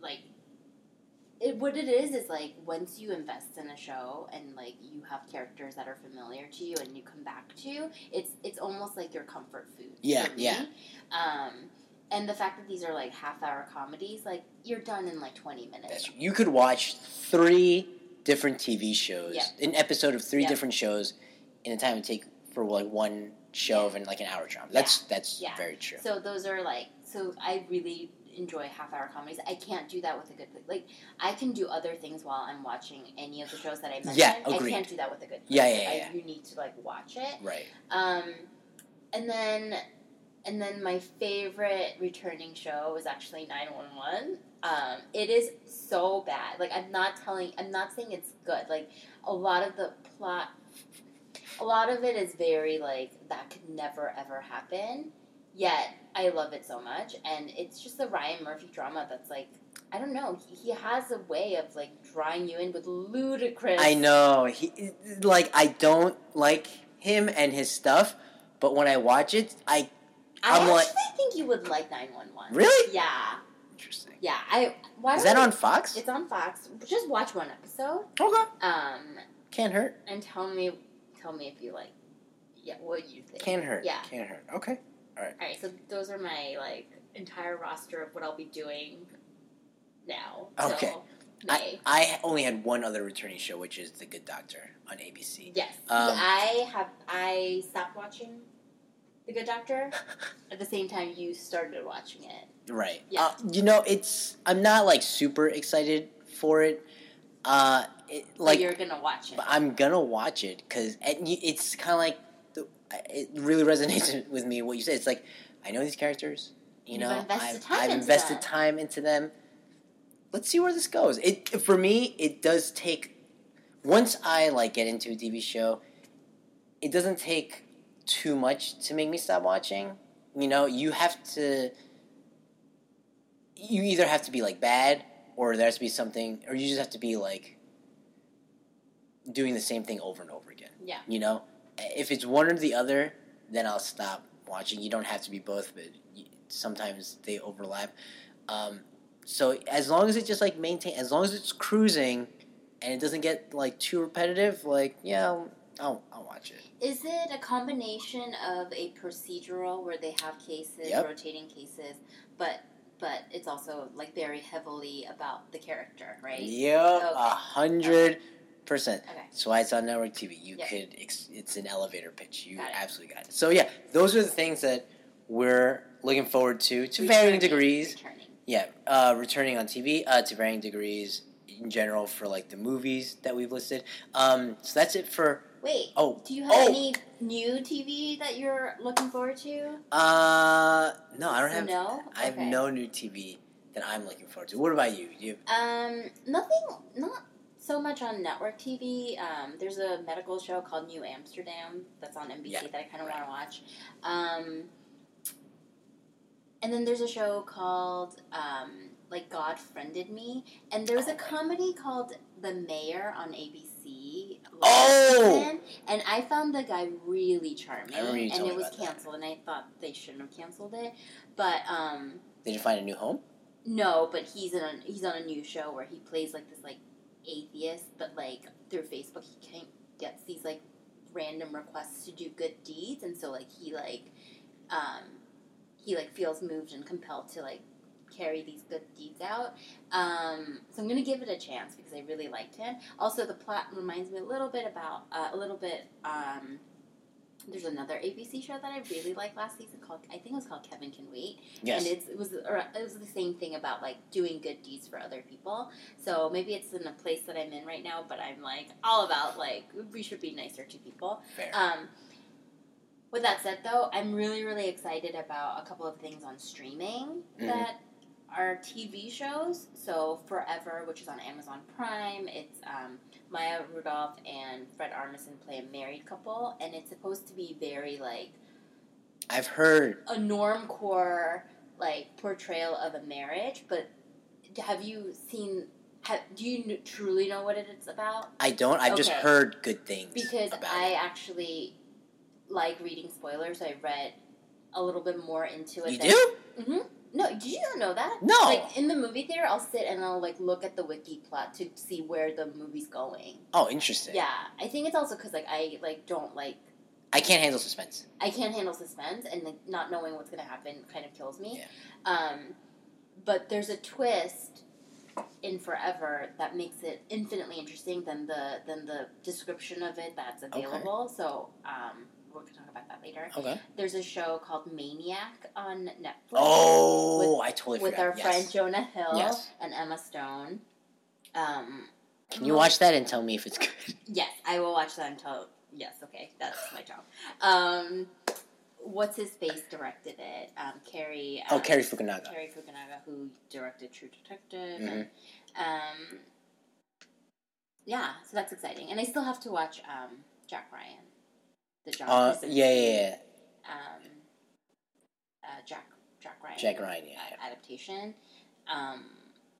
[SPEAKER 2] like, it what it is is like once you invest in a show and like you have characters that are familiar to you and you come back to, it's it's almost like your comfort food.
[SPEAKER 1] Yeah,
[SPEAKER 2] for me.
[SPEAKER 1] yeah.
[SPEAKER 2] Um, and the fact that these are like half hour comedies, like you're done in like twenty minutes.
[SPEAKER 1] That's- you could watch three different TV shows,
[SPEAKER 2] Yeah.
[SPEAKER 1] an episode of three
[SPEAKER 2] Yeah.
[SPEAKER 1] different shows, in the time it take for like one show of and like an hour drama. That's that's
[SPEAKER 2] Yeah.
[SPEAKER 1] very true.
[SPEAKER 2] So those are like so I really enjoy half hour comedies. I can't do that with a good like I can do other things while I'm watching any of the shows that I mentioned.
[SPEAKER 1] Yeah,
[SPEAKER 2] I
[SPEAKER 1] agreed.
[SPEAKER 2] can't do that with a good
[SPEAKER 1] Yeah,
[SPEAKER 2] place.
[SPEAKER 1] yeah,
[SPEAKER 2] I-
[SPEAKER 1] yeah.
[SPEAKER 2] you need to like watch it.
[SPEAKER 1] Right.
[SPEAKER 2] Um and then and then my favorite returning show was actually 911. Um, it is so bad. Like I'm not telling I'm not saying it's good. Like a lot of the plot a lot of it is very like that could never ever happen. Yet I love it so much and it's just the Ryan Murphy drama that's like I don't know. He, he has a way of like drawing you in with ludicrous
[SPEAKER 1] I know. He like I don't like him and his stuff, but when I watch it, I
[SPEAKER 2] I
[SPEAKER 1] I'm
[SPEAKER 2] actually
[SPEAKER 1] like-
[SPEAKER 2] think you would like 911.
[SPEAKER 1] Really?
[SPEAKER 2] Yeah.
[SPEAKER 1] Interesting.
[SPEAKER 2] Yeah, I. Why
[SPEAKER 1] Is
[SPEAKER 2] don't
[SPEAKER 1] that
[SPEAKER 2] you-
[SPEAKER 1] on Fox?
[SPEAKER 2] It's on Fox. Just watch one episode,
[SPEAKER 1] Okay.
[SPEAKER 2] um,
[SPEAKER 1] Can't hurt.
[SPEAKER 2] and tell me, tell me if you like. Yeah, what you think?
[SPEAKER 1] Can't hurt.
[SPEAKER 2] Yeah.
[SPEAKER 1] Can't hurt. Okay.
[SPEAKER 2] All right, so those are my like entire roster of what I'll be doing now.
[SPEAKER 1] Okay.
[SPEAKER 2] So, May.
[SPEAKER 1] I only had one other returning show, which is The Good Doctor on ABC.
[SPEAKER 2] yes,
[SPEAKER 1] Um,
[SPEAKER 2] I have. I stopped watching The Good Doctor
[SPEAKER 1] *laughs*
[SPEAKER 2] at the same time you started watching it.
[SPEAKER 1] Right.
[SPEAKER 2] Yeah.
[SPEAKER 1] Uh, you know, it's I'm not like super excited for it. Uh, it
[SPEAKER 2] Like
[SPEAKER 1] like
[SPEAKER 2] you're gonna watch it.
[SPEAKER 1] but I'm gonna watch it because it's kind of like the, it really resonates *laughs* with me what you said. It's like I know these characters, you
[SPEAKER 2] You've
[SPEAKER 1] know,
[SPEAKER 2] invested
[SPEAKER 1] I've,
[SPEAKER 2] time
[SPEAKER 1] I've
[SPEAKER 2] into
[SPEAKER 1] invested
[SPEAKER 2] them.
[SPEAKER 1] time into them. Let's see where this goes. It for me, it does take once I like get into a TV show, it doesn't take too much to make me stop watching. You know, you have to. You either have to be like bad, or there has to be something, or you just have to be like doing the same thing over and over again.
[SPEAKER 2] yeah.
[SPEAKER 1] You know, if it's one or the other, then I'll stop watching. You don't have to be both, but you, sometimes they overlap. Um, so as long as it just like maintain, as long as it's cruising, and it doesn't get like too repetitive, like yeah, I'll I'll, I'll watch it.
[SPEAKER 2] Is it a combination of a procedural where they have cases,
[SPEAKER 1] Yep.
[SPEAKER 2] rotating cases, but but it's also like very heavily about the character, right?
[SPEAKER 1] Yep,
[SPEAKER 2] Okay.
[SPEAKER 1] a hundred percent.
[SPEAKER 2] Okay.
[SPEAKER 1] That's why it's on network TV. You
[SPEAKER 2] Yep.
[SPEAKER 1] could, ex- it's an elevator pitch. You
[SPEAKER 2] Got it.
[SPEAKER 1] absolutely got it. So yeah, those are the things that we're looking forward to to
[SPEAKER 2] Returning,
[SPEAKER 1] varying degrees.
[SPEAKER 2] Returning.
[SPEAKER 1] Yeah, uh, returning on TV uh, to varying degrees in general for like the movies that we've listed. Um, so that's it for
[SPEAKER 2] Wait.
[SPEAKER 1] oh
[SPEAKER 2] Do you have
[SPEAKER 1] Oh.
[SPEAKER 2] any new TV that you're looking forward to?
[SPEAKER 1] uh no I don't have
[SPEAKER 2] No?
[SPEAKER 1] I have
[SPEAKER 2] Okay.
[SPEAKER 1] no new TV that I'm looking forward to. What about you? You
[SPEAKER 2] Um, nothing. Not so much on network TV. Um, there's a medical show called New Amsterdam that's on NBC
[SPEAKER 1] Yeah,
[SPEAKER 2] that I kind of
[SPEAKER 1] right.
[SPEAKER 2] want to watch. Um, and then there's a show called um, like God Friended Me, and there's
[SPEAKER 1] Oh,
[SPEAKER 2] a
[SPEAKER 1] right.
[SPEAKER 2] comedy called The Mayor on ABC. last
[SPEAKER 1] Oh!
[SPEAKER 2] season, and I found the guy really charming,
[SPEAKER 1] I remember you
[SPEAKER 2] and
[SPEAKER 1] told
[SPEAKER 2] it
[SPEAKER 1] me
[SPEAKER 2] was
[SPEAKER 1] about that.
[SPEAKER 2] canceled, and I thought they shouldn't have canceled it, but um.
[SPEAKER 1] did you find a new home?
[SPEAKER 2] No, but he's in a, he's on a new show where he plays like this like atheist, but like through Facebook he can gets these like random requests to do good deeds, and so like he like um, he like feels moved and compelled to like carry these good deeds out. Um, so I'm gonna give it a chance because I really liked him. Also, the plot reminds me a little bit about uh, a little bit. Um, there's another ABC show that I really liked last season called I think it was called Kevin Can Wait.
[SPEAKER 1] Yes.
[SPEAKER 2] And it's, it was or it was the same thing about like doing good deeds for other people. So maybe it's in a place that I'm in right now, but I'm like all about like we should be nicer to people.
[SPEAKER 1] Fair.
[SPEAKER 2] Um, with that said, though, I'm really really excited about a couple of things on streaming
[SPEAKER 1] Mhm.
[SPEAKER 2] that are TV shows. So Forever, which is on Amazon Prime, it's um, Maya Rudolph and Fred Armisen play a married couple, and it's supposed to be very like
[SPEAKER 1] I've heard
[SPEAKER 2] a norm core like portrayal of a marriage, but have you seen? Have, do you kn- truly know what it's about?
[SPEAKER 1] I don't. I've just
[SPEAKER 2] Okay.
[SPEAKER 1] heard good things
[SPEAKER 2] Because
[SPEAKER 1] about
[SPEAKER 2] I
[SPEAKER 1] it.
[SPEAKER 2] actually like reading spoilers. I read a little bit more into it.
[SPEAKER 1] You
[SPEAKER 2] than- Mm-hmm.
[SPEAKER 1] do?
[SPEAKER 2] No, did you not know that?
[SPEAKER 1] No.
[SPEAKER 2] Like in the movie theater, I'll sit and I'll like look at the wiki plot to see where the movie's going.
[SPEAKER 1] oh, interesting.
[SPEAKER 2] Yeah, I think it's also because like I like don't like
[SPEAKER 1] I can't handle suspense.
[SPEAKER 2] I can't handle suspense, and like, not knowing what's going to happen kind of kills me.
[SPEAKER 1] Yeah.
[SPEAKER 2] Um, but there's a twist in Forever that makes it infinitely interesting than the than the description of it that's available. So um, we can talk about that later.
[SPEAKER 1] Okay.
[SPEAKER 2] There's a show called Maniac on Netflix
[SPEAKER 1] Oh, I totally
[SPEAKER 2] with
[SPEAKER 1] forgot.
[SPEAKER 2] our
[SPEAKER 1] yes.
[SPEAKER 2] friend Jonah Hill
[SPEAKER 1] Yes.
[SPEAKER 2] and Emma Stone. Um,
[SPEAKER 1] Can you watch that and tell me if it's
[SPEAKER 2] *laughs*
[SPEAKER 1] good?
[SPEAKER 2] Yes, I will watch that until. Yes, okay, that's my job. Um, what's his face directed it? Um, Carrie.
[SPEAKER 1] Oh,
[SPEAKER 2] um,
[SPEAKER 1] Carrie Fukunaga.
[SPEAKER 2] Carrie Fukunaga, who directed True Detective.
[SPEAKER 1] Mhm.
[SPEAKER 2] um, yeah, so that's exciting, and I still have to watch um, Jack Ryan. The John.
[SPEAKER 1] Uh,
[SPEAKER 2] Krasinski,
[SPEAKER 1] yeah, yeah, yeah.
[SPEAKER 2] Um, uh, Jack Jack Ryan.
[SPEAKER 1] Jack Ryan. Yeah.
[SPEAKER 2] uh, adaptation. Um,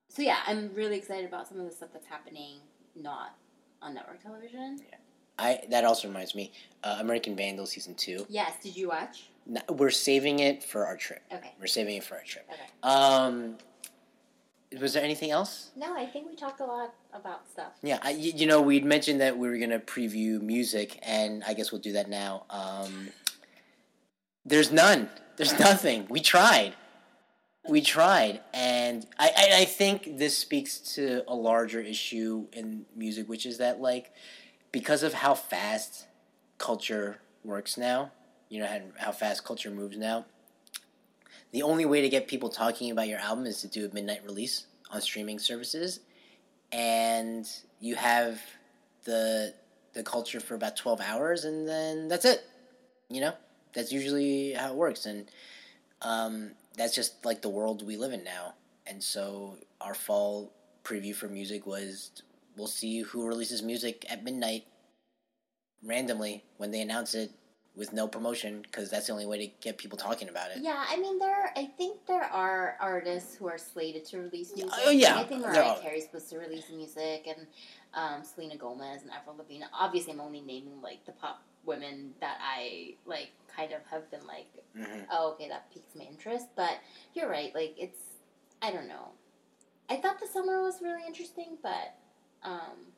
[SPEAKER 2] so yeah, I'm really excited about some of the stuff that's happening not on network television.
[SPEAKER 1] I that also reminds me, uh, American Vandal season two.
[SPEAKER 2] Yes. Did you watch?
[SPEAKER 1] N- We're saving it for our trip.
[SPEAKER 2] Okay.
[SPEAKER 1] We're saving it for our trip.
[SPEAKER 2] Okay.
[SPEAKER 1] Um, was there anything else?
[SPEAKER 2] No, I think we talked a lot about stuff.
[SPEAKER 1] Yeah, I, y- you know, we'd mentioned that we were going to preview music, and I guess we'll do that now. Um, there's none. There's nothing. We tried. We tried, and I, I, I think this speaks to a larger issue in music, which is that, like, because of how fast culture works now, you know, and how fast culture moves now, the only way to get people talking about your album is to do a midnight release on streaming services and you have the the culture for about 12 hours and then that's it you know that's usually how it works and um, that's just like the world we live in now and so our fall preview for music was we'll see who releases music at midnight randomly when they announce it with no promotion because that's the only way to get people talking about it
[SPEAKER 2] Yeah, I mean, there. Are, I think there are artists who are slated to release music.
[SPEAKER 1] oh, yeah,
[SPEAKER 2] I think
[SPEAKER 1] there are.
[SPEAKER 2] Mariah Carey's supposed to release music, and um, Selena Gomez and Avril Lavigne. Obviously, I'm only naming like the pop women that I like. Kind of have been like,
[SPEAKER 1] Mhm.
[SPEAKER 2] oh, okay, that piques my interest. But you're right. Like, it's. I don't know. I thought the summer was really interesting, but um,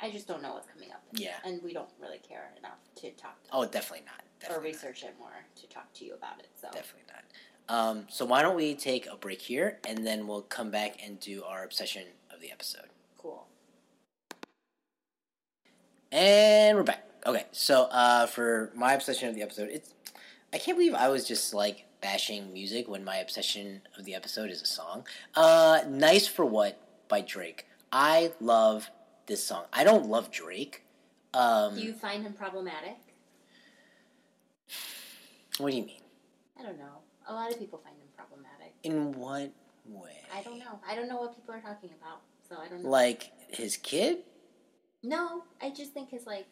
[SPEAKER 2] I just don't know what's coming up,
[SPEAKER 1] Yeah.
[SPEAKER 2] and we don't really care enough to talk to
[SPEAKER 1] Oh, definitely not.
[SPEAKER 2] or
[SPEAKER 1] Definitely
[SPEAKER 2] research it more to talk to you about it. So.
[SPEAKER 1] Not. Oh. Definitely not. Um, so why don't we take a break here, and then we'll come back and do our obsession of the episode.
[SPEAKER 2] Cool.
[SPEAKER 1] And we're back. Okay, so uh, for my obsession of the episode, it's I can't believe I was just like bashing music when my obsession of the episode is a song. Uh, nice for what by Drake. I love this song. I don't love Drake. Um,
[SPEAKER 2] Do you find him problematic?
[SPEAKER 1] what do you mean?
[SPEAKER 2] I don't know. A lot of people find him problematic.
[SPEAKER 1] In what way?
[SPEAKER 2] I don't know. I don't know what people are talking about, so I don't know.
[SPEAKER 1] Like his kid?
[SPEAKER 2] no, I just think his like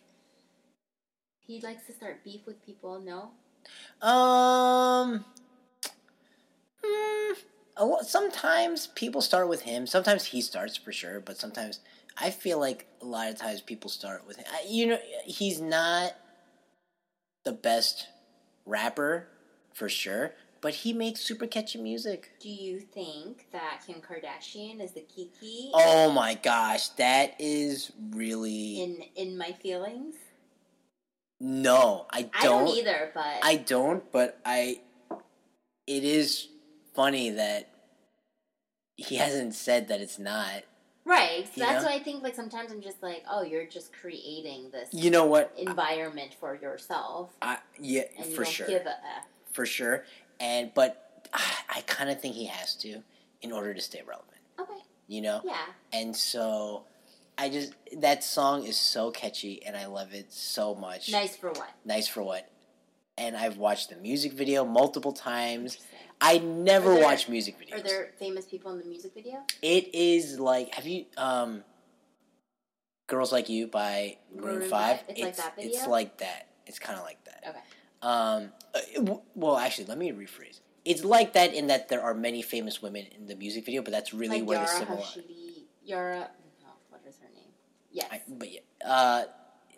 [SPEAKER 2] he likes to start beef with people. No,
[SPEAKER 1] Um, mm, a lot, sometimes people start with him. Sometimes he starts for sure, but sometimes I feel like a lot of times people start with him. I, you know, he's not the best rapper for sure, but he makes super catchy music.
[SPEAKER 2] do you think that Kim Kardashian is the Kiki
[SPEAKER 1] Oh my gosh, that is really
[SPEAKER 2] in in my feelings?
[SPEAKER 1] no. I
[SPEAKER 2] I don't either, but
[SPEAKER 1] I don't, but I. It is funny that he hasn't said that it's not.
[SPEAKER 2] right. So that's
[SPEAKER 1] Yeah.
[SPEAKER 2] why I think like sometimes I'm just like, oh, you're just creating this
[SPEAKER 1] You know what?
[SPEAKER 2] environment for yourself,
[SPEAKER 1] I, yeah,
[SPEAKER 2] and you
[SPEAKER 1] for
[SPEAKER 2] don't
[SPEAKER 1] sure,
[SPEAKER 2] give a f.
[SPEAKER 1] for sure. And but I, I kind of think he has to in order to stay relevant.
[SPEAKER 2] Okay,
[SPEAKER 1] You know,
[SPEAKER 2] yeah.
[SPEAKER 1] and so I just that song is so catchy and I love it so much.
[SPEAKER 2] Nice for what?
[SPEAKER 1] Nice for what? And I've watched the music video multiple times.
[SPEAKER 2] Interesting.
[SPEAKER 1] I never
[SPEAKER 2] Are there-
[SPEAKER 1] watch music videos.
[SPEAKER 2] Are there famous people in the music video?
[SPEAKER 1] It is like have you um Girls Like You by Maroon, 5.
[SPEAKER 2] Maroon five? It's like that video?
[SPEAKER 1] It's like that. It's kind of like that.
[SPEAKER 2] Okay.
[SPEAKER 1] Um uh, w- well actually let me rephrase. It's like that in that there are many famous women in the music video, but that's really
[SPEAKER 2] like
[SPEAKER 1] where
[SPEAKER 2] Yara
[SPEAKER 1] the similar
[SPEAKER 2] Hashidi. Yara. No, what is her name? Yes.
[SPEAKER 1] I, but yeah, uh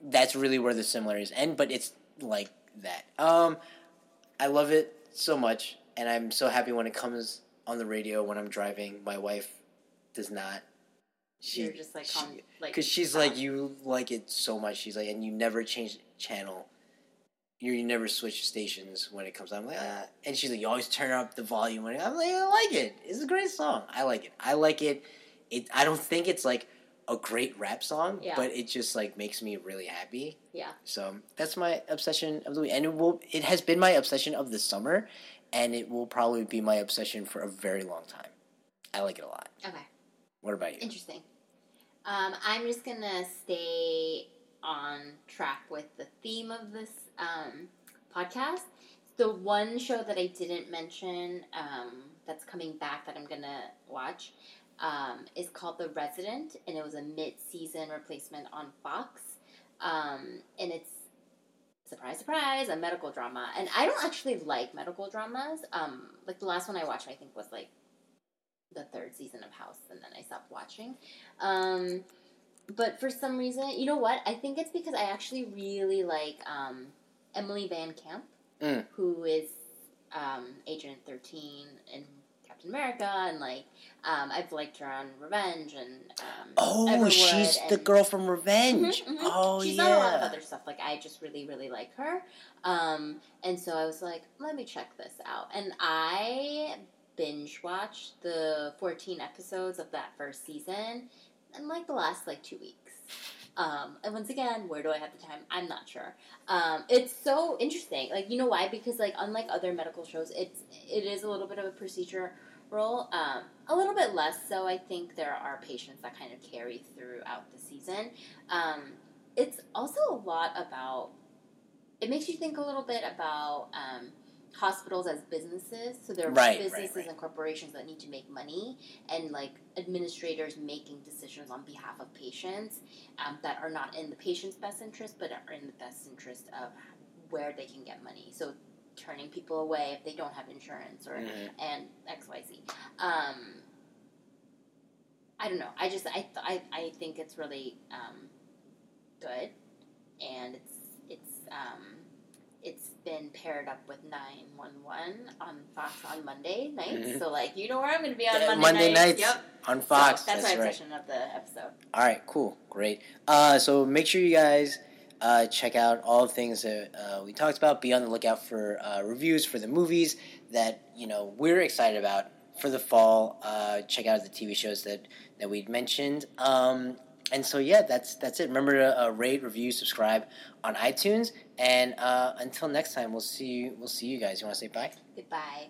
[SPEAKER 1] that's really where the similarities end, but it's like that. Um I love it so much and I'm so happy when it comes on the radio when I'm driving. My wife does not. She
[SPEAKER 2] You're just like,
[SPEAKER 1] she-
[SPEAKER 2] calm, like uh,
[SPEAKER 1] because she's
[SPEAKER 2] stop.
[SPEAKER 1] like you like it so much she's like and you never change channel you you never switch stations when it comes on. I'm like, ah. and she's like, you always turn up the volume. When it, I'm like, I like it. It's a great song. I like it. I like it. It. I don't think it's like a great rap song,
[SPEAKER 2] Yeah.
[SPEAKER 1] but it just like makes me really happy.
[SPEAKER 2] Yeah.
[SPEAKER 1] So that's my obsession of the week, and it will. It has been my obsession of the summer, and it will probably be my obsession for a very long time. I like it a lot.
[SPEAKER 2] Okay.
[SPEAKER 1] What about you?
[SPEAKER 2] Interesting. Um, I'm just gonna stay on track with the theme of this um, podcast. The one show that I didn't mention um, that's coming back that I'm gonna watch um, is called The Resident, and it was a mid-season replacement on Fox, um, and it's surprise, surprise, a medical drama. And I don't actually like medical dramas. Um, like the last one I watched, I think was like the third season of House, and then I stopped watching. Um, but for some reason, you know what? I think it's because I actually really like um, Emily Van Camp,
[SPEAKER 1] Mm.
[SPEAKER 2] who is um, Agent 13 and Captain America, and like um, I've liked her on Revenge and um,
[SPEAKER 1] Oh,
[SPEAKER 2] Everwood
[SPEAKER 1] she's the
[SPEAKER 2] and-
[SPEAKER 1] girl from Revenge.
[SPEAKER 2] Mhm, mhm.
[SPEAKER 1] Oh,
[SPEAKER 2] she's
[SPEAKER 1] yeah.
[SPEAKER 2] done a lot of other stuff. Like I just really, really like her, um, and so I was like, let me check this out. And I binge watched the fourteen episodes of that first season in like the last like two weeks. Um, and once again, where do I have the time? I'm not sure. Um, it's so interesting. Like you know why? Because like unlike other medical shows, it's it is a little bit of a procedural role. Um, a little bit less so. I think there are patients that kind of carry throughout the season. Um, it's also a lot about. It makes you think a little bit about um, hospitals as businesses. So there are
[SPEAKER 1] Right, right,
[SPEAKER 2] businesses
[SPEAKER 1] right.
[SPEAKER 2] and corporations that need to make money, and like administrators making decisions on behalf of patients um, that are not in the patient's best interest, but are in the best interest of where they can get money. So turning people away if they don't have insurance or
[SPEAKER 1] Mhm.
[SPEAKER 2] and X Y Z. Um, I don't know. I just I I, I think it's really um, good, and it's it's um, it's been paired up with Nine One One on Fox on Monday nights.
[SPEAKER 1] Mhm.
[SPEAKER 2] So like you know where I'm going to be on
[SPEAKER 1] Yeah,
[SPEAKER 2] Monday,
[SPEAKER 1] Monday nights.
[SPEAKER 2] nights. Yep.
[SPEAKER 1] On Fox.
[SPEAKER 2] So that's, my
[SPEAKER 1] right.
[SPEAKER 2] impression of the episode.
[SPEAKER 1] All right, cool, great. Uh, so make sure you guys uh, check out all the things that uh, we talked about. Be on the lookout for uh, reviews for the movies that you know we're excited about for the fall. Uh, check out the TV shows that that we'd mentioned. Um, and so yeah, that's that's it. Remember to uh, rate, review, subscribe on iTunes. And uh, until next time, we'll see you. We'll see you guys. You want to say bye?
[SPEAKER 2] Goodbye.